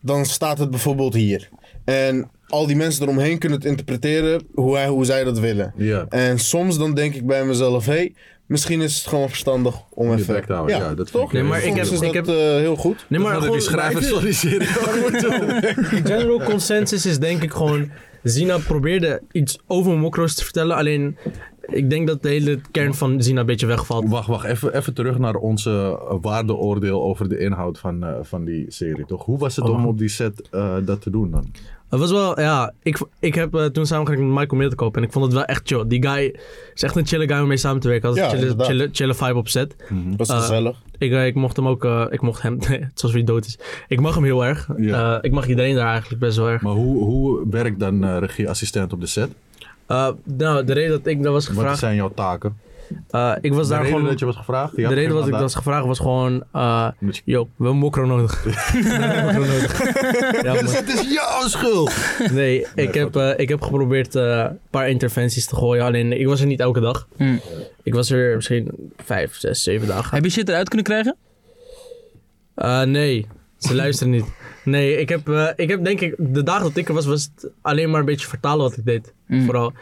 Speaker 4: dan staat het bijvoorbeeld hier. En al die mensen eromheen kunnen het interpreteren hoe, hij, hoe zij dat willen.
Speaker 5: Ja.
Speaker 4: En soms dan denk ik bij mezelf, hé, hey, Misschien is het gewoon verstandig om
Speaker 5: Je
Speaker 4: even...
Speaker 5: back te houden, ja, dat
Speaker 4: toch?
Speaker 5: vind ik Nee,
Speaker 3: maar ik
Speaker 4: Soms
Speaker 3: heb-
Speaker 4: is
Speaker 3: ik
Speaker 4: dat,
Speaker 3: heb-
Speaker 4: eh, heel goed.
Speaker 3: Nee,
Speaker 5: maar
Speaker 3: maar
Speaker 5: hadden
Speaker 3: gewoon,
Speaker 5: die schrijvers van die serie wel moeten doen.
Speaker 3: general consensus is denk ik gewoon... Zina probeerde iets over Mokro's te vertellen. Alleen, ik denk dat de hele kern van Zina een beetje wegvalt.
Speaker 5: Wacht, wacht. Even, even terug naar onze eh, waardeoordeel over de inhoud van, eh, van die serie, toch? Hoe was het om op die set eh, dat te doen dan?
Speaker 3: Het was wel, ja, ik, ik heb eh, toen samengewerkt met Michael Middelkoop en ik vond het wel echt chill. Die guy is echt een chille guy om mee samen te werken. Hij had
Speaker 4: Ja,
Speaker 3: een chille,
Speaker 4: inderdaad.
Speaker 3: chille, chille vibe op set.
Speaker 4: Dat
Speaker 3: Eh,
Speaker 4: is gezellig.
Speaker 3: Ik, eh, ik mocht hem ook, eh, ik mocht hem, nee, zoals wie dood is. Ik mag hem heel erg.
Speaker 5: Ja.
Speaker 3: Eh, ik mag iedereen daar eigenlijk best wel erg.
Speaker 5: Maar hoe, hoe werkt dan eh, regieassistent op de set?
Speaker 3: Eh, nou, de reden dat ik daar was
Speaker 5: Wat
Speaker 3: gevraagd,
Speaker 5: zijn jouw taken?
Speaker 3: eh, ik was
Speaker 5: de
Speaker 3: daar
Speaker 5: reden
Speaker 3: gewoon,
Speaker 5: dat je was gevraagd?
Speaker 3: de reden dat ik daar was gevraagd was gewoon, eh,
Speaker 5: Moet je-
Speaker 3: yo, we hebben mokro nodig. We hebben mokro nodig. ja, man.
Speaker 5: Het is jouw schuld!
Speaker 3: Nee,
Speaker 5: Nee,
Speaker 3: ik, heb, eh, ik heb geprobeerd eh, een paar interventies te gooien. Alleen ik was er niet elke dag.
Speaker 2: Mm.
Speaker 3: Ik was er misschien vijf, zes, zeven dagen.
Speaker 2: Heb je shit eruit kunnen krijgen?
Speaker 3: Eh, nee, ze luisteren niet. Nee, ik heb, eh, ik heb denk ik, de dag dat ik er was, was het alleen maar een beetje vertalen wat ik deed.
Speaker 2: Mm.
Speaker 3: Vooral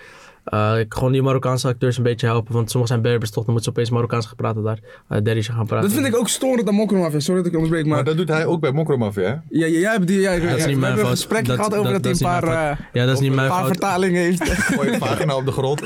Speaker 3: eh, ik gewoon die Marokkaanse acteurs een beetje helpen. Want sommigen zijn Berbers toch, dan moeten ze opeens Marokkaans gaan praten daar. eh Derrische gaan praten.
Speaker 1: Dat vind ik ook storend aan Mokromafia. Sorry dat ik onderbreek, maar...
Speaker 5: Maar dat doet hij ook bij Mokromafia, hè?
Speaker 1: Ja, ja, jij hebt die... Ja, ik-
Speaker 3: is
Speaker 1: ja,
Speaker 3: niet
Speaker 1: we
Speaker 3: mijn
Speaker 1: hebben een
Speaker 3: fout.
Speaker 1: gesprek
Speaker 3: Dat-
Speaker 1: gehad over
Speaker 3: dat-
Speaker 1: dat,
Speaker 3: dat is
Speaker 1: hij een
Speaker 3: niet
Speaker 1: paar,
Speaker 3: mijn
Speaker 1: eh,
Speaker 3: Ja, dat is niet
Speaker 1: een
Speaker 3: mijn
Speaker 1: paar
Speaker 3: fout.
Speaker 1: vertalingen heeft.
Speaker 5: Gooi je pagina op de grond.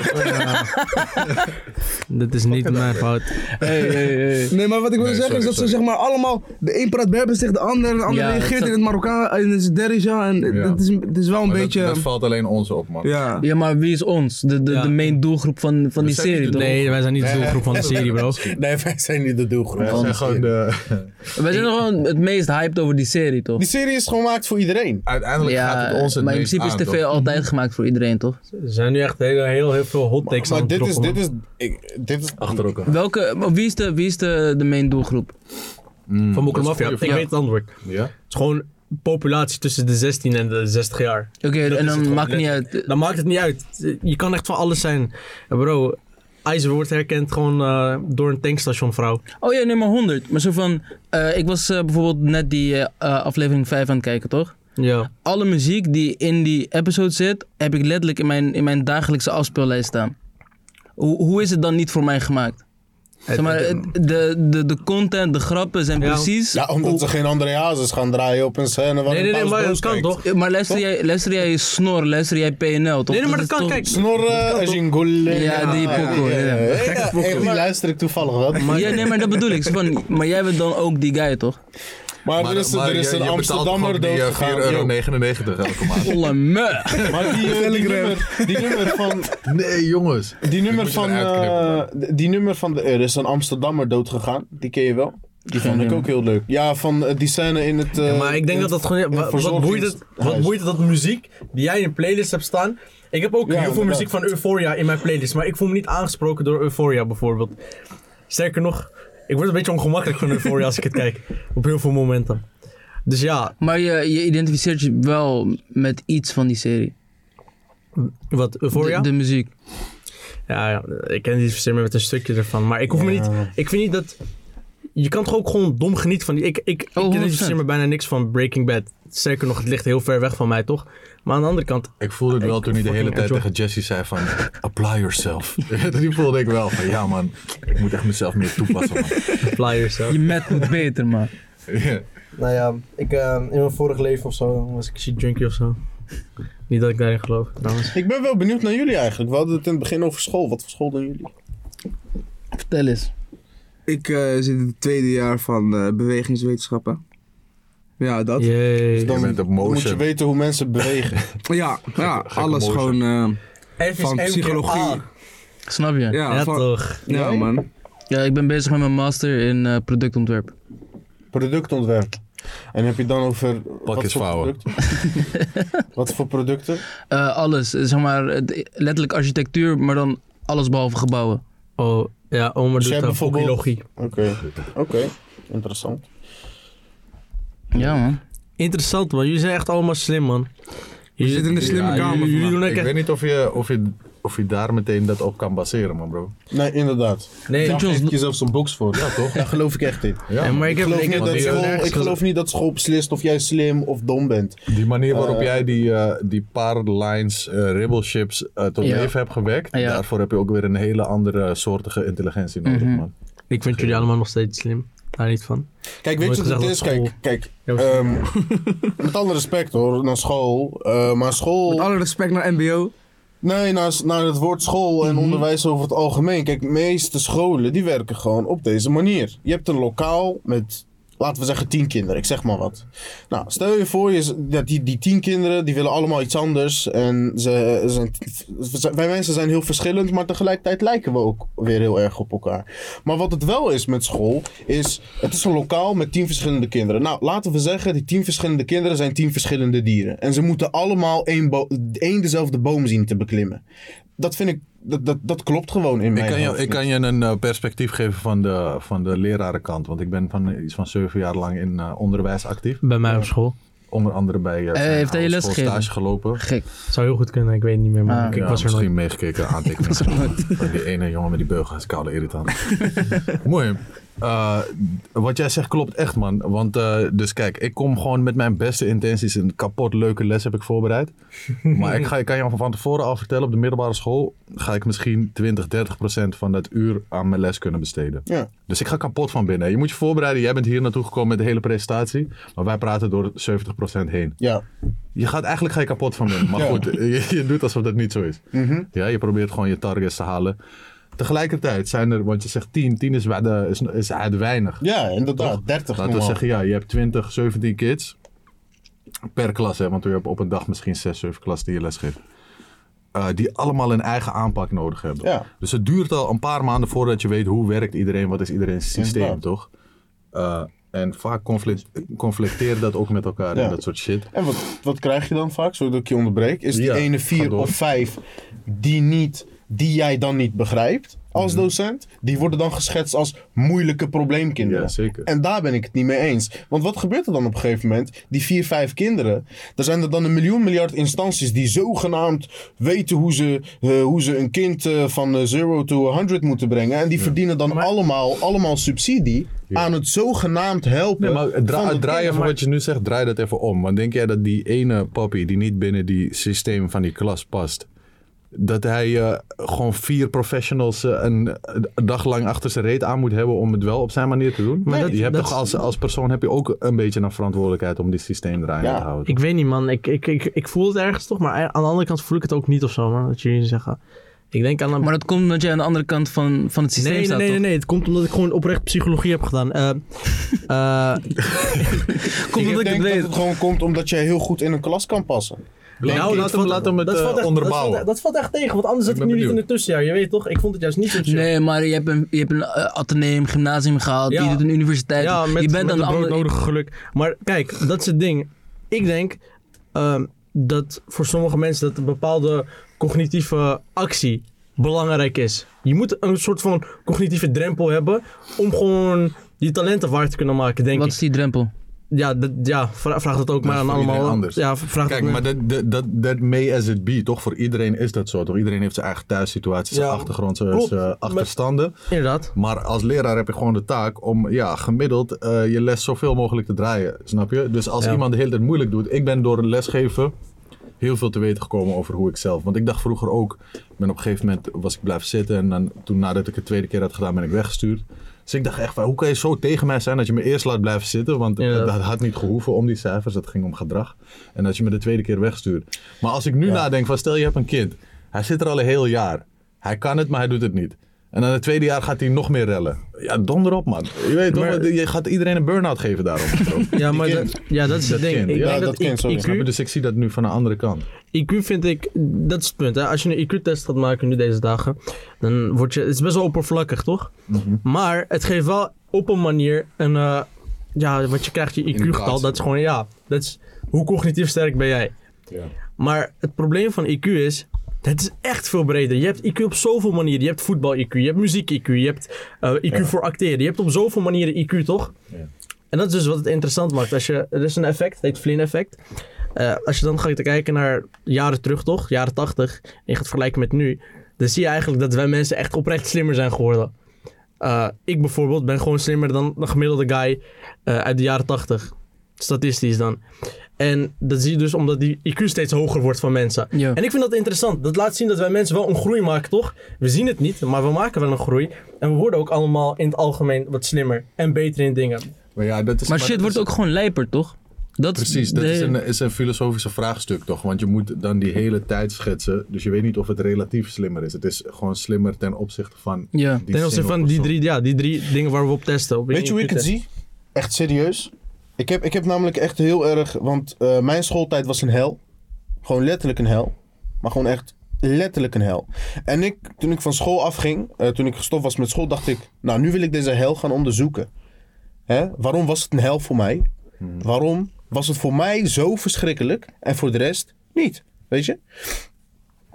Speaker 3: Dat is niet mijn fout.
Speaker 2: Hey, hey, hey.
Speaker 1: Nee, maar wat ik wil
Speaker 5: Nee,
Speaker 1: zeggen
Speaker 5: sorry,
Speaker 1: is dat
Speaker 5: sorry.
Speaker 1: ze zeg maar allemaal... De een praat Berbers tegen de ander en de ander
Speaker 2: Ja, dat
Speaker 1: reageert
Speaker 2: is-
Speaker 1: in het Marokkaan, eh, in het Derija. En
Speaker 5: Ja.
Speaker 1: dat is, het is wel een
Speaker 5: Maar
Speaker 1: beetje...
Speaker 5: dat, dat valt alleen ons op, man.
Speaker 1: ja.
Speaker 2: Ja, maar wie is ons? De, de,
Speaker 3: Ja.
Speaker 2: de main doelgroep van, van
Speaker 5: We
Speaker 2: die
Speaker 5: zijn niet
Speaker 2: serie,
Speaker 5: de
Speaker 2: toch?
Speaker 3: Nee, wij zijn niet de doelgroep van de serie, bro.
Speaker 4: Nee, wij zijn niet de doelgroep.
Speaker 5: Wij zijn gewoon de...
Speaker 2: Wij zijn gewoon het meest hyped over die serie, toch?
Speaker 4: Die serie is gewoon gemaakt voor iedereen.
Speaker 5: Uiteindelijk gaat het ons het
Speaker 2: maar in
Speaker 5: meest
Speaker 2: principe
Speaker 5: aan,
Speaker 2: is tv
Speaker 5: toch?
Speaker 2: altijd gemaakt voor iedereen, toch?
Speaker 3: Er zijn nu echt heel, heel, heel veel hot takes
Speaker 4: Maar
Speaker 3: aan het
Speaker 4: dit is,
Speaker 3: droppen,
Speaker 4: dit
Speaker 3: man.
Speaker 4: is, ik, dit is...
Speaker 5: Achter elkaar.
Speaker 2: Welke, maar wie is de, wie is de, de main doelgroep?
Speaker 5: Mm,
Speaker 3: Van Mokro
Speaker 5: dat is
Speaker 3: Mafia.
Speaker 5: een
Speaker 3: Ik
Speaker 5: goede
Speaker 3: weet het antwoord. Het
Speaker 5: vraag. Ja?
Speaker 3: is gewoon populatie tussen de 16 en de 60 jaar.
Speaker 2: Oké, en
Speaker 3: is het
Speaker 2: dan
Speaker 3: gewoon,
Speaker 2: maakt het niet uit.
Speaker 3: Dan maakt het niet uit. Je kan echt van alles zijn. Ja, Bro, IJzer wordt herkend gewoon eh, door een tankstation vrouw.
Speaker 2: Oh ja, nummer 100. Maar zo van, eh, ik was eh, bijvoorbeeld net die eh, eh, aflevering 5 aan het kijken, toch?
Speaker 3: Ja.
Speaker 2: Alle muziek die in die episode zit, heb ik letterlijk in mijn, in mijn dagelijkse afspeellijst staan. Hoe, hoe is het dan niet voor mij gemaakt? Zeg maar, het- de, de, de content, de grappen zijn
Speaker 3: Ja.
Speaker 2: precies...
Speaker 4: Ja, omdat ze geen andere hazes gaan draaien op een scène waar
Speaker 3: Nee, nee,
Speaker 4: een
Speaker 3: nee,
Speaker 4: paus
Speaker 3: maar
Speaker 4: boos
Speaker 3: dat kan
Speaker 4: kijkt.
Speaker 3: toch?
Speaker 2: Ja, Maar luister jij, luister jij Snor, luister jij PNL, toch?
Speaker 3: Nee, nee, maar dat
Speaker 2: is
Speaker 3: kan,
Speaker 2: toch-
Speaker 3: kijk.
Speaker 4: Snorren, Jingule.
Speaker 2: Ja, die pokoe, ja.
Speaker 4: Ja, echt, die luister ik toevallig wel. Maar,
Speaker 2: Ja, nee, maar dat bedoel ik. Zo Van, maar jij bent dan ook die guy, toch?
Speaker 4: maar er is,
Speaker 5: maar
Speaker 4: er is
Speaker 5: je-
Speaker 4: een
Speaker 5: je betaalt
Speaker 4: Amsterdammer
Speaker 5: gewoon die, eh,
Speaker 4: doodgegaan.
Speaker 5: 4,99 euro
Speaker 4: joh.
Speaker 5: elke maand.
Speaker 2: Olle me.
Speaker 4: Maar die, eh, die,
Speaker 1: Telegram.
Speaker 4: nummer, die nummer van...
Speaker 5: Nee, jongens.
Speaker 4: Die nummer
Speaker 5: moet je
Speaker 4: van...
Speaker 5: eruit
Speaker 4: eh,
Speaker 5: knippen.
Speaker 4: die- die nummer van... de- Er is een Amsterdammer doodgegaan. Die ken je wel. Die vond ik
Speaker 2: idee.
Speaker 4: ook heel leuk. Ja, van eh, die scène in het... eh,
Speaker 3: Ja, maar ik denk
Speaker 4: in
Speaker 3: dat dat gewoon...
Speaker 4: in
Speaker 3: wa- Wat boeit het, wat
Speaker 4: verzorgingshuis.
Speaker 3: boeit het dat muziek die jij in je playlist hebt staan... Ik heb ook
Speaker 4: Ja,
Speaker 3: heel veel
Speaker 4: inderdaad.
Speaker 3: muziek van Euphoria in mijn playlist. Maar ik voel me niet aangesproken door Euphoria bijvoorbeeld. Sterker nog, ik word een beetje ongemakkelijk van Euphoria als ik het kijk. Op heel veel momenten. Dus ja,
Speaker 2: Maar je, je identificeert je wel met iets van die serie.
Speaker 3: wat Euphoria?
Speaker 2: De, de muziek.
Speaker 3: Ja, ja, ik ken die verzin met een stukje ervan. Maar ik hoef me niet. Ik vind niet dat. Je kan toch ook gewoon dom genieten van die. Ik, ik,
Speaker 2: Oh,
Speaker 3: ik
Speaker 2: 100%.
Speaker 3: identificeer me bijna niks van Breaking Bad. Sterker nog, het ligt heel ver weg van mij, toch? Maar aan de andere kant.
Speaker 5: Ik voelde het wel toen hij de hele
Speaker 3: fucking
Speaker 5: tijd
Speaker 3: enjoy.
Speaker 5: tegen Jesse zei van... Apply yourself. Die voelde ik wel van... Ja man, ik moet echt mezelf meer toepassen man.
Speaker 3: Flyers.
Speaker 2: Je met moet beter, man.
Speaker 5: Ja.
Speaker 3: nou ja, ik, in mijn vorig leven of zo was ik shit junkie of zo. Niet dat ik daarin geloof, trouwens.
Speaker 4: Ik ben wel benieuwd naar jullie eigenlijk. We hadden het in het begin over school. Wat voor school doen jullie?
Speaker 2: Vertel eens.
Speaker 1: Ik eh, zit in het tweede jaar van eh, bewegingswetenschappen. Ja, dat.
Speaker 3: Jee.
Speaker 5: Je bent op
Speaker 4: dan moet je
Speaker 5: motion.
Speaker 4: weten hoe mensen bewegen.
Speaker 1: Ja, ja
Speaker 5: gekke
Speaker 1: alles
Speaker 5: motion.
Speaker 1: gewoon... eh,
Speaker 3: F
Speaker 1: Van psychologie.
Speaker 2: Snap je? Ja.
Speaker 1: ja,
Speaker 3: Ah. Ja,
Speaker 1: van-
Speaker 3: toch.
Speaker 1: ja, man.
Speaker 2: ik ben bezig met mijn master in eh, productontwerp.
Speaker 4: Productontwerp. En heb je dan over... wat
Speaker 5: eens
Speaker 4: voor
Speaker 5: vouwen.
Speaker 4: producten? wat voor producten?
Speaker 2: Eh, alles, eh, zeg maar, het- letterlijk architectuur, maar dan alles behalve gebouwen.
Speaker 3: Oh, ja, Omer
Speaker 4: Dus
Speaker 3: doet
Speaker 4: jij
Speaker 3: dan
Speaker 4: bijvoorbeeld-
Speaker 3: psychologie.
Speaker 4: Oké, oké. Interessant.
Speaker 2: Ja, man.
Speaker 3: Interessant, man. Jullie zijn echt allemaal slim, man. Jullie
Speaker 1: zitten in de slim-
Speaker 5: Ja,
Speaker 1: kamer
Speaker 5: jullie-
Speaker 1: vandaag.
Speaker 5: jullie doen ook
Speaker 3: Ik
Speaker 5: echt- Ik weet niet of je, of je of je daar meteen dat op kan baseren, man, bro.
Speaker 4: Nee, inderdaad.
Speaker 3: Nee,
Speaker 4: Daar geef ik jezelf zo'n box voor.
Speaker 5: Ja, toch?
Speaker 4: Daar geloof ik echt in.
Speaker 5: Ja,
Speaker 3: Nee, maar
Speaker 5: man.
Speaker 3: ik
Speaker 4: Ik
Speaker 3: heb,
Speaker 4: geloof,
Speaker 3: ik
Speaker 4: niet
Speaker 3: heb
Speaker 4: dat
Speaker 5: die,
Speaker 4: school,
Speaker 5: eh,
Speaker 4: ik geloof niet dat school beslist of jij slim of dom bent.
Speaker 5: Die manier waarop
Speaker 4: Eh,
Speaker 5: jij die, eh, die paar lines eh ribbelships eh, tot
Speaker 3: Ja.
Speaker 5: leven hebt gewekt,
Speaker 3: Ja.
Speaker 5: daarvoor heb je ook weer een hele andere soortige intelligentie nodig, man.
Speaker 3: ik vind jullie allemaal nog steeds slim. Daar niet van.
Speaker 4: Kijk, weet
Speaker 3: Nooit
Speaker 4: je wat het is?
Speaker 3: gezegd dat
Speaker 4: Kijk,
Speaker 3: school-
Speaker 4: kijk
Speaker 3: Ja, maar-
Speaker 4: ehm, met alle respect hoor, naar school. eh, maar
Speaker 1: Met
Speaker 4: school...
Speaker 1: alle respect naar MBO.
Speaker 4: Nee, naar, s- naar het woord school
Speaker 3: Mhm.
Speaker 4: en onderwijs over het algemeen. Kijk, de meeste scholen die werken gewoon op deze manier. Je hebt een lokaal met, laten we zeggen, tien kinderen. Ik zeg maar wat. Nou, stel je voor, je, z- dat die, die tien kinderen die willen allemaal iets anders. En ze, ze zijn, we zijn- wij mensen zijn heel verschillend, maar tegelijkertijd lijken we ook weer heel erg op elkaar. Maar wat het wel is met school, is het is een lokaal met tien verschillende kinderen. Nou, laten we zeggen, die tien verschillende kinderen zijn tien verschillende dieren. En ze moeten allemaal één, bo- één dezelfde boom zien te beklimmen. Dat vind ik, dat, dat, dat klopt gewoon in
Speaker 5: Ik
Speaker 4: mijn
Speaker 5: kan, je,
Speaker 4: hoofd
Speaker 5: ik
Speaker 4: niet.
Speaker 5: kan je een eh, perspectief geven van de, van de lerarenkant. Want ik ben van eh, iets van zeven jaar lang in eh, onderwijs actief.
Speaker 3: Bij mij op school.
Speaker 5: Onder andere bij eh,
Speaker 6: Eh,
Speaker 5: Fijn
Speaker 6: heeft hij je
Speaker 5: Hout
Speaker 6: les
Speaker 5: School
Speaker 6: gegeven?
Speaker 5: stage gelopen.
Speaker 6: Gek.
Speaker 3: Zou heel goed kunnen, ik weet het niet meer, maar
Speaker 6: Ah.
Speaker 3: ik
Speaker 5: Ja,
Speaker 3: was er nog.
Speaker 5: misschien meegekeken aantekeningen. Van die ene jongen met die beugel dat is koude irritant. Mooi. Eh, wat jij zegt klopt echt, man. Want eh, dus kijk, ik kom gewoon met mijn beste intenties. Een kapot leuke les heb ik voorbereid. Maar ik, ga, ik kan je van tevoren al vertellen, op de middelbare school ga ik misschien 20, 30 procent van dat uur aan mijn les kunnen besteden.
Speaker 4: Ja.
Speaker 5: Dus ik ga kapot van binnen. Je moet je voorbereiden. Jij bent hier naartoe gekomen met de hele presentatie. Maar wij praten door 70 procent heen.
Speaker 4: Ja.
Speaker 5: Je gaat eigenlijk ga je kapot van binnen. Maar
Speaker 4: Ja. Mhm.
Speaker 5: goed, je, je doet alsof dat niet zo is. Ja, je probeert gewoon je targets te halen. Tegelijkertijd zijn er, want je zegt 10, 10 is, wa- is, is uit weinig.
Speaker 4: ja, inderdaad.
Speaker 5: Toch?
Speaker 4: 30
Speaker 5: Laten we
Speaker 4: normaal.
Speaker 5: zeggen, ja, je hebt 20, 17 kids per klas, hè, want je hebt op een dag misschien 6, 7 klas die je lesgeeft. Eh, die allemaal een eigen aanpak nodig hebben.
Speaker 4: Ja.
Speaker 5: Dus het duurt al een paar maanden voordat je weet hoe werkt iedereen, wat is iedereen's systeem,
Speaker 4: Inderdaad.
Speaker 5: toch? Eh, en vaak conflict, conflicteert dat ook met elkaar
Speaker 4: Ja.
Speaker 5: en dat soort shit.
Speaker 4: En wat, wat krijg je dan vaak, zodat ik je onderbreek? Is die
Speaker 5: Ja,
Speaker 4: ene
Speaker 5: ga
Speaker 4: vier
Speaker 5: door.
Speaker 4: of vijf die, niet, die jij dan niet begrijpt als
Speaker 5: Mhm.
Speaker 4: docent, die worden dan geschetst als moeilijke probleemkinderen.
Speaker 5: Ja, zeker.
Speaker 4: En daar ben ik het niet mee eens. Want wat gebeurt er dan op een gegeven moment? Die vier, vijf kinderen, er zijn er dan een miljoen miljard instanties die zogenaamd weten hoe ze, eh, hoe ze een kind eh, van eh, zero to 100 moeten brengen. En die verdienen dan allemaal, allemaal subsidie aan het zogenaamd helpen.
Speaker 5: Nee, maar dra-
Speaker 4: van dat
Speaker 5: draai
Speaker 4: kind.
Speaker 5: even wat je nu zegt, draai dat even om. Want denk jij dat die ene papi die niet binnen die systeem van die klas past, dat hij eh, gewoon vier professionals eh, een, een dag lang achter zijn reet aan moet hebben om het wel op zijn manier te doen? Maar
Speaker 3: Nee,
Speaker 5: je hebt
Speaker 3: dat-
Speaker 5: toch als, als persoon heb je ook een beetje een verantwoordelijkheid om die systeem draaiende
Speaker 4: Ja.
Speaker 5: te houden.
Speaker 3: Ik weet niet, man. Ik, ik, ik, ik voel het ergens toch, maar aan de andere kant voel ik het ook niet of zo, man. Dat jullie zeggen. Ik denk aan een
Speaker 6: Maar dat komt omdat jij aan de andere kant van, van het systeem
Speaker 3: nee,
Speaker 6: staat,
Speaker 3: nee, nee,
Speaker 6: toch?
Speaker 3: nee, het komt omdat ik gewoon oprecht psychologie heb gedaan. Eh, eh,
Speaker 6: Komt
Speaker 4: ik
Speaker 6: omdat ik het
Speaker 4: denk dat
Speaker 6: weet.
Speaker 4: het gewoon komt omdat jij heel goed in een klas kan passen.
Speaker 5: nou,
Speaker 3: dat
Speaker 5: laat hem,
Speaker 3: valt-
Speaker 5: laat hem het
Speaker 3: dat
Speaker 5: eh,
Speaker 3: valt echt-
Speaker 5: onderbouwen.
Speaker 3: Dat valt, dat valt echt tegen, want anders zat ik
Speaker 5: ben
Speaker 3: nu niet in
Speaker 5: benieuwd.
Speaker 3: het tussenjaar. Je weet toch, ik vond het juist niet zo chill.
Speaker 6: Nee, maar je hebt een, je hebt een eh, ateneum, gymnasium gehaald,
Speaker 3: Ja.
Speaker 6: je doet een universiteit.
Speaker 3: Ja, met,
Speaker 6: je bent
Speaker 3: met
Speaker 6: aan
Speaker 3: het
Speaker 6: de andere...
Speaker 3: broodnodige geluk. Maar kijk, dat is het ding. Ik denk ehm, dat voor sommige mensen dat een bepaalde cognitieve actie belangrijk is. Je moet een soort van cognitieve drempel hebben om gewoon die talenten waar te kunnen maken, denk
Speaker 6: Wat
Speaker 3: ik.
Speaker 6: is die drempel?
Speaker 3: Ja, dat, ja, vra- vraag dat ook maar
Speaker 5: is
Speaker 3: aan
Speaker 5: voor iedereen
Speaker 3: allemaal.
Speaker 5: anders.
Speaker 3: Ja, vraag
Speaker 5: Kijk,
Speaker 3: dat
Speaker 5: maar dat, dat, dat, dat may as it be, toch? Voor iedereen is dat zo, toch? Iedereen heeft zijn eigen thuissituatie, zijn
Speaker 3: Ja,
Speaker 5: achtergrond, zijn
Speaker 3: klopt.
Speaker 5: zijn
Speaker 3: Maar-
Speaker 5: achterstanden.
Speaker 3: Inderdaad.
Speaker 5: Maar als leraar heb je gewoon de taak om ja, gemiddeld eh, je les zoveel mogelijk te draaien. Snap je? Dus als
Speaker 3: Ja.
Speaker 5: iemand de hele tijd moeilijk doet. Ik ben door een lesgeven heel veel te weten gekomen over hoe ik zelf. Want ik dacht vroeger ook. Ik ben op een gegeven moment was ik blijven zitten. En dan, toen nadat ik het tweede keer had gedaan, ben ik weggestuurd. Dus ik dacht echt, van, hoe kan je zo tegen mij zijn dat je me eerst laat blijven zitten? Want
Speaker 3: Ja.
Speaker 5: dat had niet gehoeven om die cijfers. Dat ging om gedrag. En dat je me de tweede keer wegstuurt. Maar als ik nu nadenk van stel je hebt een kind. Hij zit er al een heel jaar. Hij kan het, maar hij doet het niet. En dan het tweede jaar gaat hij nog meer rellen. Ja, donder op, man. Je weet toch,
Speaker 3: Maar-
Speaker 5: je gaat iedereen een burn-out geven daarom.
Speaker 3: Ja, maar
Speaker 4: kind.
Speaker 3: dat, ja, dat is het
Speaker 5: Dat
Speaker 3: ding.
Speaker 5: kind,
Speaker 3: Ik
Speaker 5: ja,
Speaker 3: denk
Speaker 4: dat kind, sorry.
Speaker 3: IQ
Speaker 5: Snap je? Dus ik zie dat nu van de andere kant.
Speaker 3: IQ vind ik, dat is het punt. Hè? Als je een IQ-test gaat maken nu deze dagen, dan word je, het is best wel oppervlakkig, toch?
Speaker 5: Mhm.
Speaker 3: Maar het geeft wel op een manier een, eh, ja, wat je krijgt, je IQ-getal,
Speaker 5: Indicatie.
Speaker 3: dat is gewoon, ja, dat is, hoe cognitief sterk ben jij?
Speaker 5: Ja.
Speaker 3: Maar het probleem van IQ is, het is echt veel breder. Je hebt IQ op zoveel manieren. Je hebt voetbal-IQ, je hebt muziek-IQ, je hebt eh, IQ voor acteren. Je hebt op zoveel manieren IQ, toch?
Speaker 5: Ja.
Speaker 3: En dat is dus wat het interessant maakt. Als je, er is een effect, het heet Flynn-effect. Eh, als je dan gaat kijken naar jaren terug, toch? Jaren 80. En je gaat vergelijken met nu. Dan zie je eigenlijk dat wij mensen echt oprecht slimmer zijn geworden. Eh, ik bijvoorbeeld ben gewoon slimmer dan een gemiddelde guy eh, uit de jaren 80. Statistisch dan. En dat zie je dus omdat die IQ steeds hoger wordt van mensen.
Speaker 6: Ja.
Speaker 3: En ik vind dat interessant. Dat laat zien dat wij mensen wel een groei maken, toch? We zien het niet, maar we maken wel een groei. En we worden ook allemaal in het algemeen wat slimmer en beter in dingen.
Speaker 5: Maar, ja, dat is,
Speaker 6: Maar shit
Speaker 5: dat
Speaker 6: wordt
Speaker 5: is-
Speaker 6: ook gewoon lijper, toch? Dat,
Speaker 5: Precies, dat
Speaker 6: de-
Speaker 5: is, een, eh, is een filosofische vraagstuk toch? Want je moet dan die hele tijd schetsen. Dus je weet niet of het relatief slimmer is. Het is gewoon slimmer ten opzichte van
Speaker 6: Ja.
Speaker 5: die
Speaker 3: Ten opzichte
Speaker 5: single
Speaker 3: van die
Speaker 5: persoon.
Speaker 3: drie, ja, die drie dingen waar we op testen. Op
Speaker 4: Weet je hoe ik het
Speaker 3: IQ-test.
Speaker 4: zie? Echt serieus. Ik heb, ik heb namelijk echt heel erg. Want eh, mijn schooltijd was een hel. Gewoon letterlijk een hel. Maar gewoon echt letterlijk een hel. En ik, toen ik van school afging, eh, toen ik gestopt was met school, dacht ik. Nou, nu wil ik deze hel gaan onderzoeken. Hè? Waarom was het een hel voor mij? Waarom was het voor mij zo verschrikkelijk en voor de rest niet? Weet je?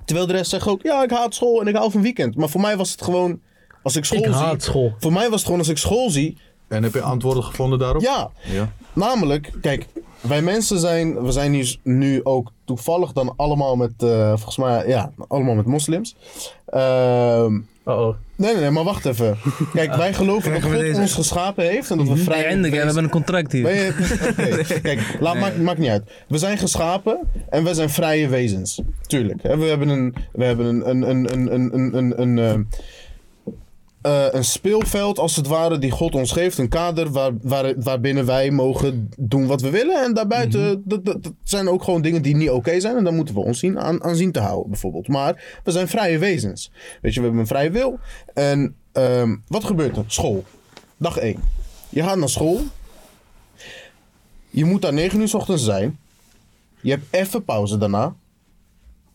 Speaker 4: Terwijl de rest zegt ook: ja, ik haat school en ik hou van weekend. Maar voor mij was het gewoon. Als ik school
Speaker 3: Ik
Speaker 4: zie.
Speaker 3: haat school.
Speaker 4: Voor mij was het gewoon als ik school zie.
Speaker 5: En heb je antwoorden gevonden daarop?
Speaker 4: Ja,
Speaker 5: Ja.
Speaker 4: Namelijk, kijk, wij mensen zijn, we zijn nu, nu ook toevallig dan allemaal met, eh, volgens mij, ja, allemaal met moslims. Ehm,
Speaker 3: Uh-oh.
Speaker 4: nee, nee, nee, maar wacht even. Kijk, wij geloven dat
Speaker 1: Krijgen we
Speaker 4: God
Speaker 1: deze? Mhm.
Speaker 4: ons geschapen heeft en dat we
Speaker 6: Hey,
Speaker 4: vrij en
Speaker 6: Hendrik, we hebben een contract hier.
Speaker 4: Ben je- Oké, Kijk, laat, maakt, maakt niet uit. We zijn geschapen en we zijn vrije wezens. Tuurlijk. Hè? We hebben een, we hebben een, een, een, een, een, een, een, een, eh, eh, een speelveld, als het ware, die God ons geeft. Een kader waar, waar, waarbinnen wij mogen doen wat we willen. En daarbuiten dat, dat, dat zijn ook gewoon dingen die niet oké zijn. En daar moeten we ons zien, aan, aan zien te houden, bijvoorbeeld. Maar we zijn vrije wezens. Weet je, we hebben een vrije wil. En ehm, wat gebeurt er? School. Dag 1. Je gaat naar school. Je moet daar 9 uur 's ochtends zijn. Je hebt even pauze daarna.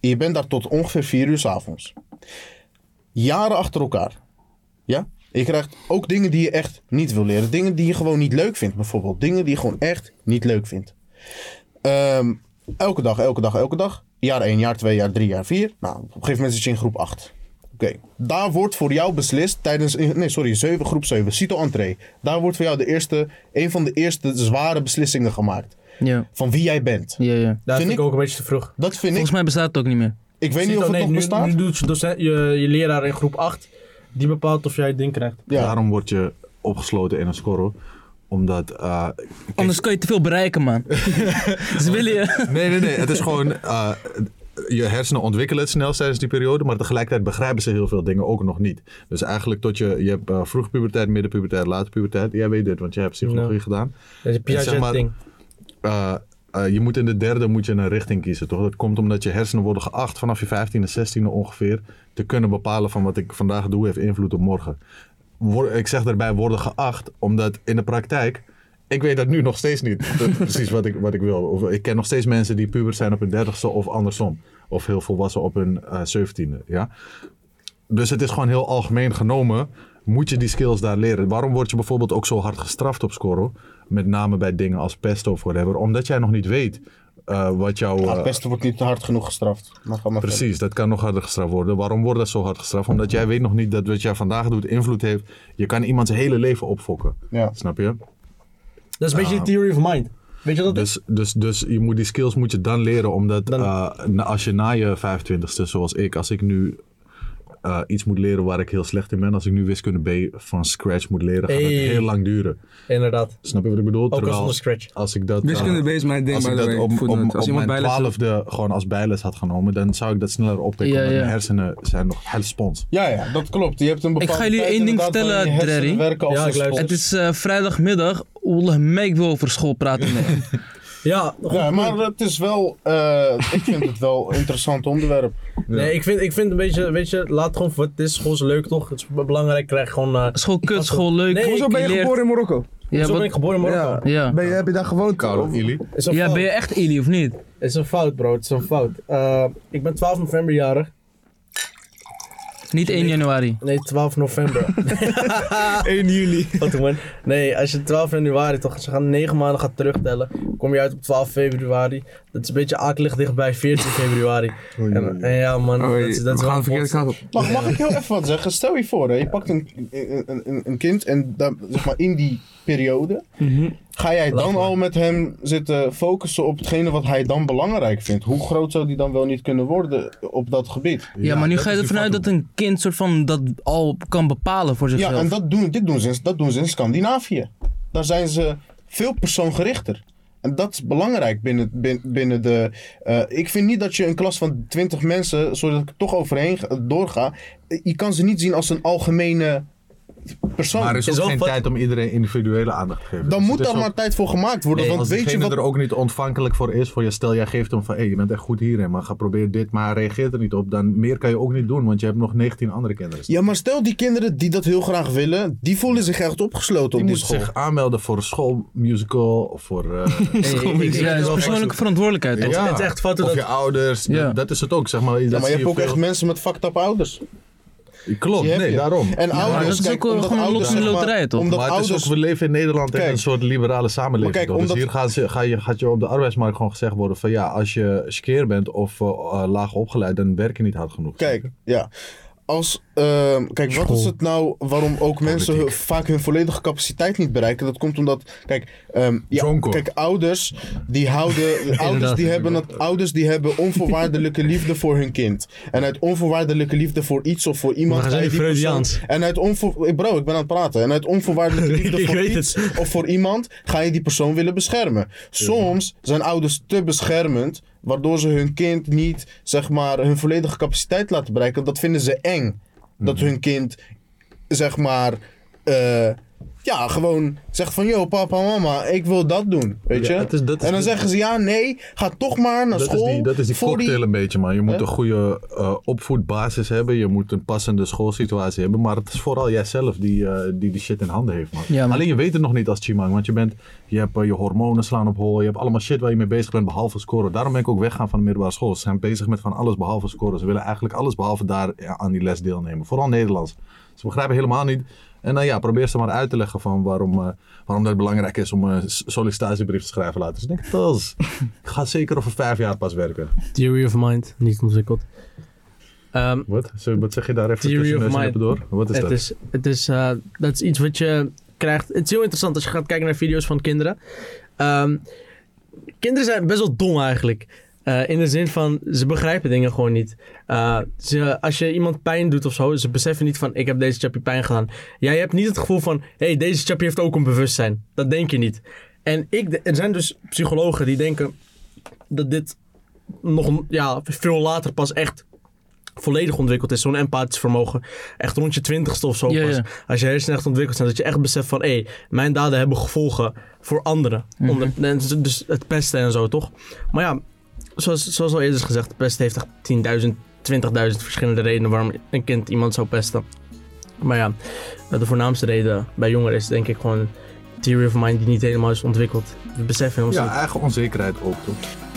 Speaker 4: En je bent daar tot ongeveer 4 uur 's avonds. Jaren achter elkaar. Ja? En je krijgt ook dingen die je echt niet wil leren. Dingen die je gewoon niet leuk vindt, bijvoorbeeld. Dingen die je gewoon echt niet leuk vindt. Ehm, elke dag, elke dag, elke dag. Jaar 1, jaar 2, jaar 3, jaar 4. Nou, op een gegeven moment zit je in groep 8. Oké, daar wordt voor jou beslist tijdens. Nee, sorry, 7, groep 7, Cito Entree. Daar wordt voor jou de eerste, een van de eerste zware beslissingen gemaakt.
Speaker 6: Ja.
Speaker 4: Van wie jij bent.
Speaker 6: Ja, ja.
Speaker 3: Dat
Speaker 4: Vind
Speaker 3: vind ik
Speaker 4: ik-
Speaker 3: ook een beetje te vroeg.
Speaker 4: Dat vind ik.
Speaker 6: Volgens mij bestaat het ook niet meer.
Speaker 4: Ik weet niet of het nog
Speaker 3: oh, nu,
Speaker 4: bestaat.
Speaker 3: Nu doet je, docent, je, je leraar in groep 8, die bepaalt of jij het ding krijgt.
Speaker 4: ja.
Speaker 5: Daarom word je opgesloten in een scorrel. Omdat. eh,
Speaker 6: Anders kan je te veel bereiken, man. Ze willen je.
Speaker 5: nee, nee, nee. Het is gewoon. eh, je hersenen ontwikkelen het snel tijdens die periode. Maar tegelijkertijd begrijpen ze heel veel dingen ook nog niet. Dus eigenlijk tot je. Je hebt eh vroeg puberteit, midden puberteit, late puberteit. Jij weet dit, want jij hebt psychologie
Speaker 3: Ja.
Speaker 5: gedaan.
Speaker 3: Dat is een
Speaker 5: Ja, zeg maar-
Speaker 3: Piaget-ding.
Speaker 5: eh, eh, je moet in de derde moet je een richting kiezen, toch? Dat komt omdat je hersenen worden geacht vanaf je 15e, 16e ongeveer te kunnen bepalen van wat ik vandaag doe heeft invloed op morgen. Wor- ik zeg daarbij worden geacht, omdat in de praktijk, ik weet dat nu nog steeds niet dat is precies wat ik, wat ik wil. Of, ik ken nog steeds mensen die puber zijn op hun 30e of andersom. Of heel volwassen op hun eh, 17e, ja. Dus het is gewoon heel algemeen genomen. Moet je die skills daar leren? Waarom word je bijvoorbeeld ook zo hard gestraft op scorrel? Met name bij dingen als pest of whatever. Omdat jij nog niet weet eh, wat jouw.
Speaker 4: Ah,
Speaker 5: eh,
Speaker 4: het beste wordt niet hard genoeg gestraft. Maar ga maar verder.
Speaker 5: precies, dat kan nog harder gestraft worden. Waarom wordt dat zo hard gestraft? Omdat jij weet nog niet dat wat jij vandaag doet invloed heeft. Je kan iemands hele leven opfokken.
Speaker 4: Ja.
Speaker 5: Snap je?
Speaker 3: Dat is een beetje de theory of mind. Weet je wat dat is?
Speaker 5: Dus, dus, dus je moet die skills moet je dan leren, omdat
Speaker 3: Dan-
Speaker 5: eh, na- als je na je 25ste, zoals ik, als ik nu eh, iets moet leren waar ik heel slecht in ben, als ik nu wiskunde B van scratch moet leren, gaat
Speaker 3: Hey.
Speaker 5: het heel lang duren.
Speaker 3: Inderdaad.
Speaker 5: Snap je wat ik bedoel?
Speaker 3: Ook als
Speaker 5: Terwijl
Speaker 3: zonder scratch.
Speaker 5: als ik dat, eh,
Speaker 1: Wiskunde B is mijn ding,
Speaker 5: als
Speaker 1: by
Speaker 5: ik
Speaker 1: the
Speaker 5: dat
Speaker 1: way,
Speaker 5: op, op,
Speaker 1: footnote.
Speaker 5: op
Speaker 1: Als iemand
Speaker 5: mijn
Speaker 1: bijles doet-
Speaker 5: twaalfde gewoon als bijles had genomen, dan zou ik dat sneller oppikken,
Speaker 6: Ja,
Speaker 5: want
Speaker 6: ja.
Speaker 5: mijn hersenen zijn nog heel spons.
Speaker 4: Ja, ja, dat klopt. Je hebt een bepaalde
Speaker 6: ga jullie
Speaker 4: tijd
Speaker 6: één ding
Speaker 4: inderdaad
Speaker 6: vertellen,
Speaker 4: waarin je hersenen
Speaker 6: Drerry.
Speaker 4: werken als
Speaker 3: Ja,
Speaker 4: een
Speaker 3: ik luister.
Speaker 4: spons.
Speaker 6: Het is eh, vrijdagmiddag. Oeh, mij, ik wil over school praten. Nee.
Speaker 3: Ja,
Speaker 4: Ja, maar het is wel. eh, ik vind het wel een interessant onderwerp.
Speaker 3: nee, ik vind, ik vind een beetje, weet je, laat gewoon wat het is. School is leuk toch? Het is belangrijk, krijg gewoon... eh,
Speaker 6: School kut, school leuk.
Speaker 3: Nee,
Speaker 1: Hoezo
Speaker 3: ik
Speaker 1: ben je
Speaker 3: leer-
Speaker 1: geboren in Marokko?
Speaker 6: Ja,
Speaker 3: zo ben ik
Speaker 6: wat,
Speaker 3: geboren in Marokko.
Speaker 1: Ja.
Speaker 6: ja.
Speaker 1: Ben je, heb je daar gewoond?
Speaker 5: Karel,
Speaker 1: Of-
Speaker 5: Ili.
Speaker 3: Is een
Speaker 6: ja,
Speaker 3: fout.
Speaker 6: ben je echt Ili of niet?
Speaker 3: Is een fout, bro. Het is een fout. Eh, ik ben 12 november jarig.
Speaker 6: Niet 1 januari.
Speaker 3: Nee, 12 november. 1 juli. Wat doen man. Nee, als je 12 januari toch, ze gaan 9 maanden gaat terugtellen, kom je uit op 12 februari. Dat is een beetje akelig dichtbij 14 februari. En, en ja man,
Speaker 1: Oh,
Speaker 3: dat is, dat is
Speaker 1: we
Speaker 3: wel
Speaker 1: gaan de
Speaker 3: een
Speaker 1: verkeerde
Speaker 3: bot.
Speaker 1: kant op.
Speaker 4: Mag, mag ik heel even wat zeggen? Stel je voor, hè, je pakt een, een, een, een kind en daar, zeg maar in die periode Ga jij
Speaker 6: Mhm. Laat
Speaker 4: dan
Speaker 6: maar.
Speaker 4: al met hem zitten focussen op hetgene wat hij dan belangrijk vindt? Hoe groot zou die dan wel niet kunnen worden op dat gebied?
Speaker 6: Ja, maar nu
Speaker 5: dat
Speaker 6: ga je
Speaker 5: is
Speaker 6: ervan uit
Speaker 5: vaak
Speaker 6: dat een kind soort van dat al kan bepalen voor zichzelf.
Speaker 4: Ja, en dat doen, dit doen ze, in- dat doen ze in Scandinavië. Daar zijn ze veel persoongerichter. En dat is belangrijk binnen, bin- binnen de... eh, ik vind niet dat je een klas van 20 mensen, zodat ik er toch overheen ga- doorga... eh, Je kan ze niet zien als een algemene persoon.
Speaker 5: Maar er is
Speaker 6: Is
Speaker 5: ook
Speaker 6: wel
Speaker 5: geen
Speaker 6: wat-
Speaker 5: tijd om iedereen individuele aandacht te geven.
Speaker 4: Dan
Speaker 5: Dus
Speaker 4: moet
Speaker 5: het is
Speaker 4: daar
Speaker 5: ook-
Speaker 4: maar tijd voor gemaakt worden.
Speaker 5: Nee,
Speaker 4: want
Speaker 5: als
Speaker 4: weet je
Speaker 5: diegene
Speaker 4: wat...
Speaker 5: er ook niet ontvankelijk voor is, voor je stel jij geeft hem van hé, je bent echt goed hierin, maar ga probeer dit, maar hij reageert er niet op, dan meer kan je ook niet doen, want je hebt nog 19 andere kinderen.
Speaker 4: Ja, maar stel die kinderen die dat heel graag willen, die voelen zich echt opgesloten
Speaker 5: die
Speaker 4: op die
Speaker 5: moet
Speaker 4: school.
Speaker 5: zich aanmelden voor een schoolmusical of voor. eh,
Speaker 6: ja, het is persoonlijke verantwoordelijkheid. toch?
Speaker 5: ja,
Speaker 3: het is echt vatten
Speaker 5: of
Speaker 3: dat-
Speaker 5: je ouders,
Speaker 6: Ja.
Speaker 5: dat, dat is het ook, zeg maar.
Speaker 4: Ja,
Speaker 5: dat
Speaker 4: maar
Speaker 5: zie
Speaker 4: je hebt ook
Speaker 5: veel-
Speaker 4: echt mensen met fucked up ouders.
Speaker 5: Klopt,
Speaker 4: Die heb
Speaker 5: nee,
Speaker 4: je.
Speaker 5: daarom.
Speaker 4: En
Speaker 6: maar dat
Speaker 4: ouders,
Speaker 6: is
Speaker 4: kijk,
Speaker 6: ook, eh,
Speaker 4: omdat
Speaker 6: gewoon een
Speaker 4: ouders,
Speaker 6: losse
Speaker 4: zeg maar,
Speaker 6: loterij, toch?
Speaker 4: Omdat
Speaker 5: maar het
Speaker 4: ouders,
Speaker 5: is ook, we leven in Nederland in
Speaker 4: Kijk.
Speaker 5: een soort liberale samenleving.
Speaker 4: Maar kijk,
Speaker 5: toch? Dus
Speaker 4: omdat-
Speaker 5: hier gaan ze, ga je, gaat je op de arbeidsmarkt gewoon gezegd worden van ja, als je skeer bent of eh, eh, laag opgeleid, dan werk je niet hard genoeg.
Speaker 4: kijk, ja. Als, ehm, kijk, wat is het nou waarom ook mensen hun- vaak hun volledige capaciteit niet bereiken? Dat komt omdat, kijk, ehm, ja,
Speaker 5: Dronken.
Speaker 4: kijk ouders die houden, ouders, die hebben dat, ouders die hebben onvoorwaardelijke liefde voor hun kind. En uit onvoorwaardelijke liefde voor iets of voor iemand.
Speaker 3: Maar zijn
Speaker 4: ga je
Speaker 3: die
Speaker 4: die persoon-
Speaker 3: Freudiaans?
Speaker 4: En uit onvoor... Bro, ik ben aan het praten. En uit onvoorwaardelijke liefde
Speaker 3: Ik
Speaker 4: voor
Speaker 3: weet
Speaker 4: iets of voor iemand ga je die persoon willen beschermen. Soms zijn ouders te beschermend, waardoor ze hun kind niet, zeg maar, hun volledige capaciteit laten bereiken. Dat vinden ze eng.
Speaker 5: Mhm.
Speaker 4: Dat hun kind, zeg maar, eh, ja, gewoon zegt van, yo, papa, mama, ik wil dat doen. Weet je?
Speaker 5: Ja, het is- dat is
Speaker 4: en dan
Speaker 5: de-
Speaker 4: zeggen ze, ja, nee, ga toch maar naar
Speaker 5: Dat is
Speaker 4: school.
Speaker 5: die, dat is die
Speaker 4: voor
Speaker 5: cocktail een beetje, man. Je moet
Speaker 4: Hè?
Speaker 5: een goede eh, opvoedbasis hebben. Je moet een passende schoolsituatie hebben. Maar het is vooral jijzelf die, eh, die die shit in handen heeft, man.
Speaker 6: Ja, maar-
Speaker 5: Alleen je weet het nog niet als Chimang. Want je, bent, je hebt eh, je hormonen slaan op hol. Je hebt allemaal shit waar je mee bezig bent, behalve scoren. Daarom ben ik ook weggaan van de middelbare school. Ze zijn bezig met van alles behalve scoren. Ze willen eigenlijk alles behalve daar eh, aan die les deelnemen. Vooral Nederlands. Ze begrijpen helemaal niet. En dan ja, probeer ze maar uit te leggen van waarom, eh, waarom dat belangrijk is om een s- sollicitatiebrief te schrijven later. Dus ik denk, "Tas, ik ga zeker over vijf jaar pas werken.
Speaker 3: Theory of Mind, niet ontwikkeld. Ehm,
Speaker 5: Wat? Zo, wat zeg je daar even
Speaker 3: Theory
Speaker 5: tussen
Speaker 3: of
Speaker 5: neus en
Speaker 3: mind.
Speaker 5: lippen door? Wat is
Speaker 3: het
Speaker 5: dat?
Speaker 3: is, het is, eh, dat is iets wat je krijgt. Het is heel interessant als je gaat kijken naar video's van kinderen. Ehm, kinderen zijn best wel dom eigenlijk. Eh, in de zin van, ze begrijpen dingen gewoon niet. Eh, ze, als je iemand pijn doet of zo, ze beseffen niet van, ik heb deze chappie pijn gedaan. Jij hebt niet het gevoel van, hé, hey, deze chappie heeft ook een bewustzijn. Dat denk je niet. En ik, de- er zijn dus psychologen die denken dat dit nog een- ja, veel later pas echt volledig ontwikkeld is. Zo'n empathisch vermogen. Echt rond je twintigste of zo
Speaker 6: Ja,
Speaker 3: pas.
Speaker 6: ja.
Speaker 3: Als je hersenen echt ontwikkeld zijn, dat je echt beseft van... hé, mijn daden hebben gevolgen voor anderen.
Speaker 6: Mhm.
Speaker 3: Om de- en dus het pesten en zo, toch? Maar ja, zoals, zoals al eerder is gezegd... pesten heeft echt 10.000, 20.000 verschillende redenen... waarom een kind iemand zou pesten. Maar ja, de voornaamste reden bij jongeren is denk ik gewoon... theory of mind die niet helemaal is ontwikkeld. We beseffen ons
Speaker 5: Ja,
Speaker 3: niet.
Speaker 5: eigen onzekerheid ook, toch?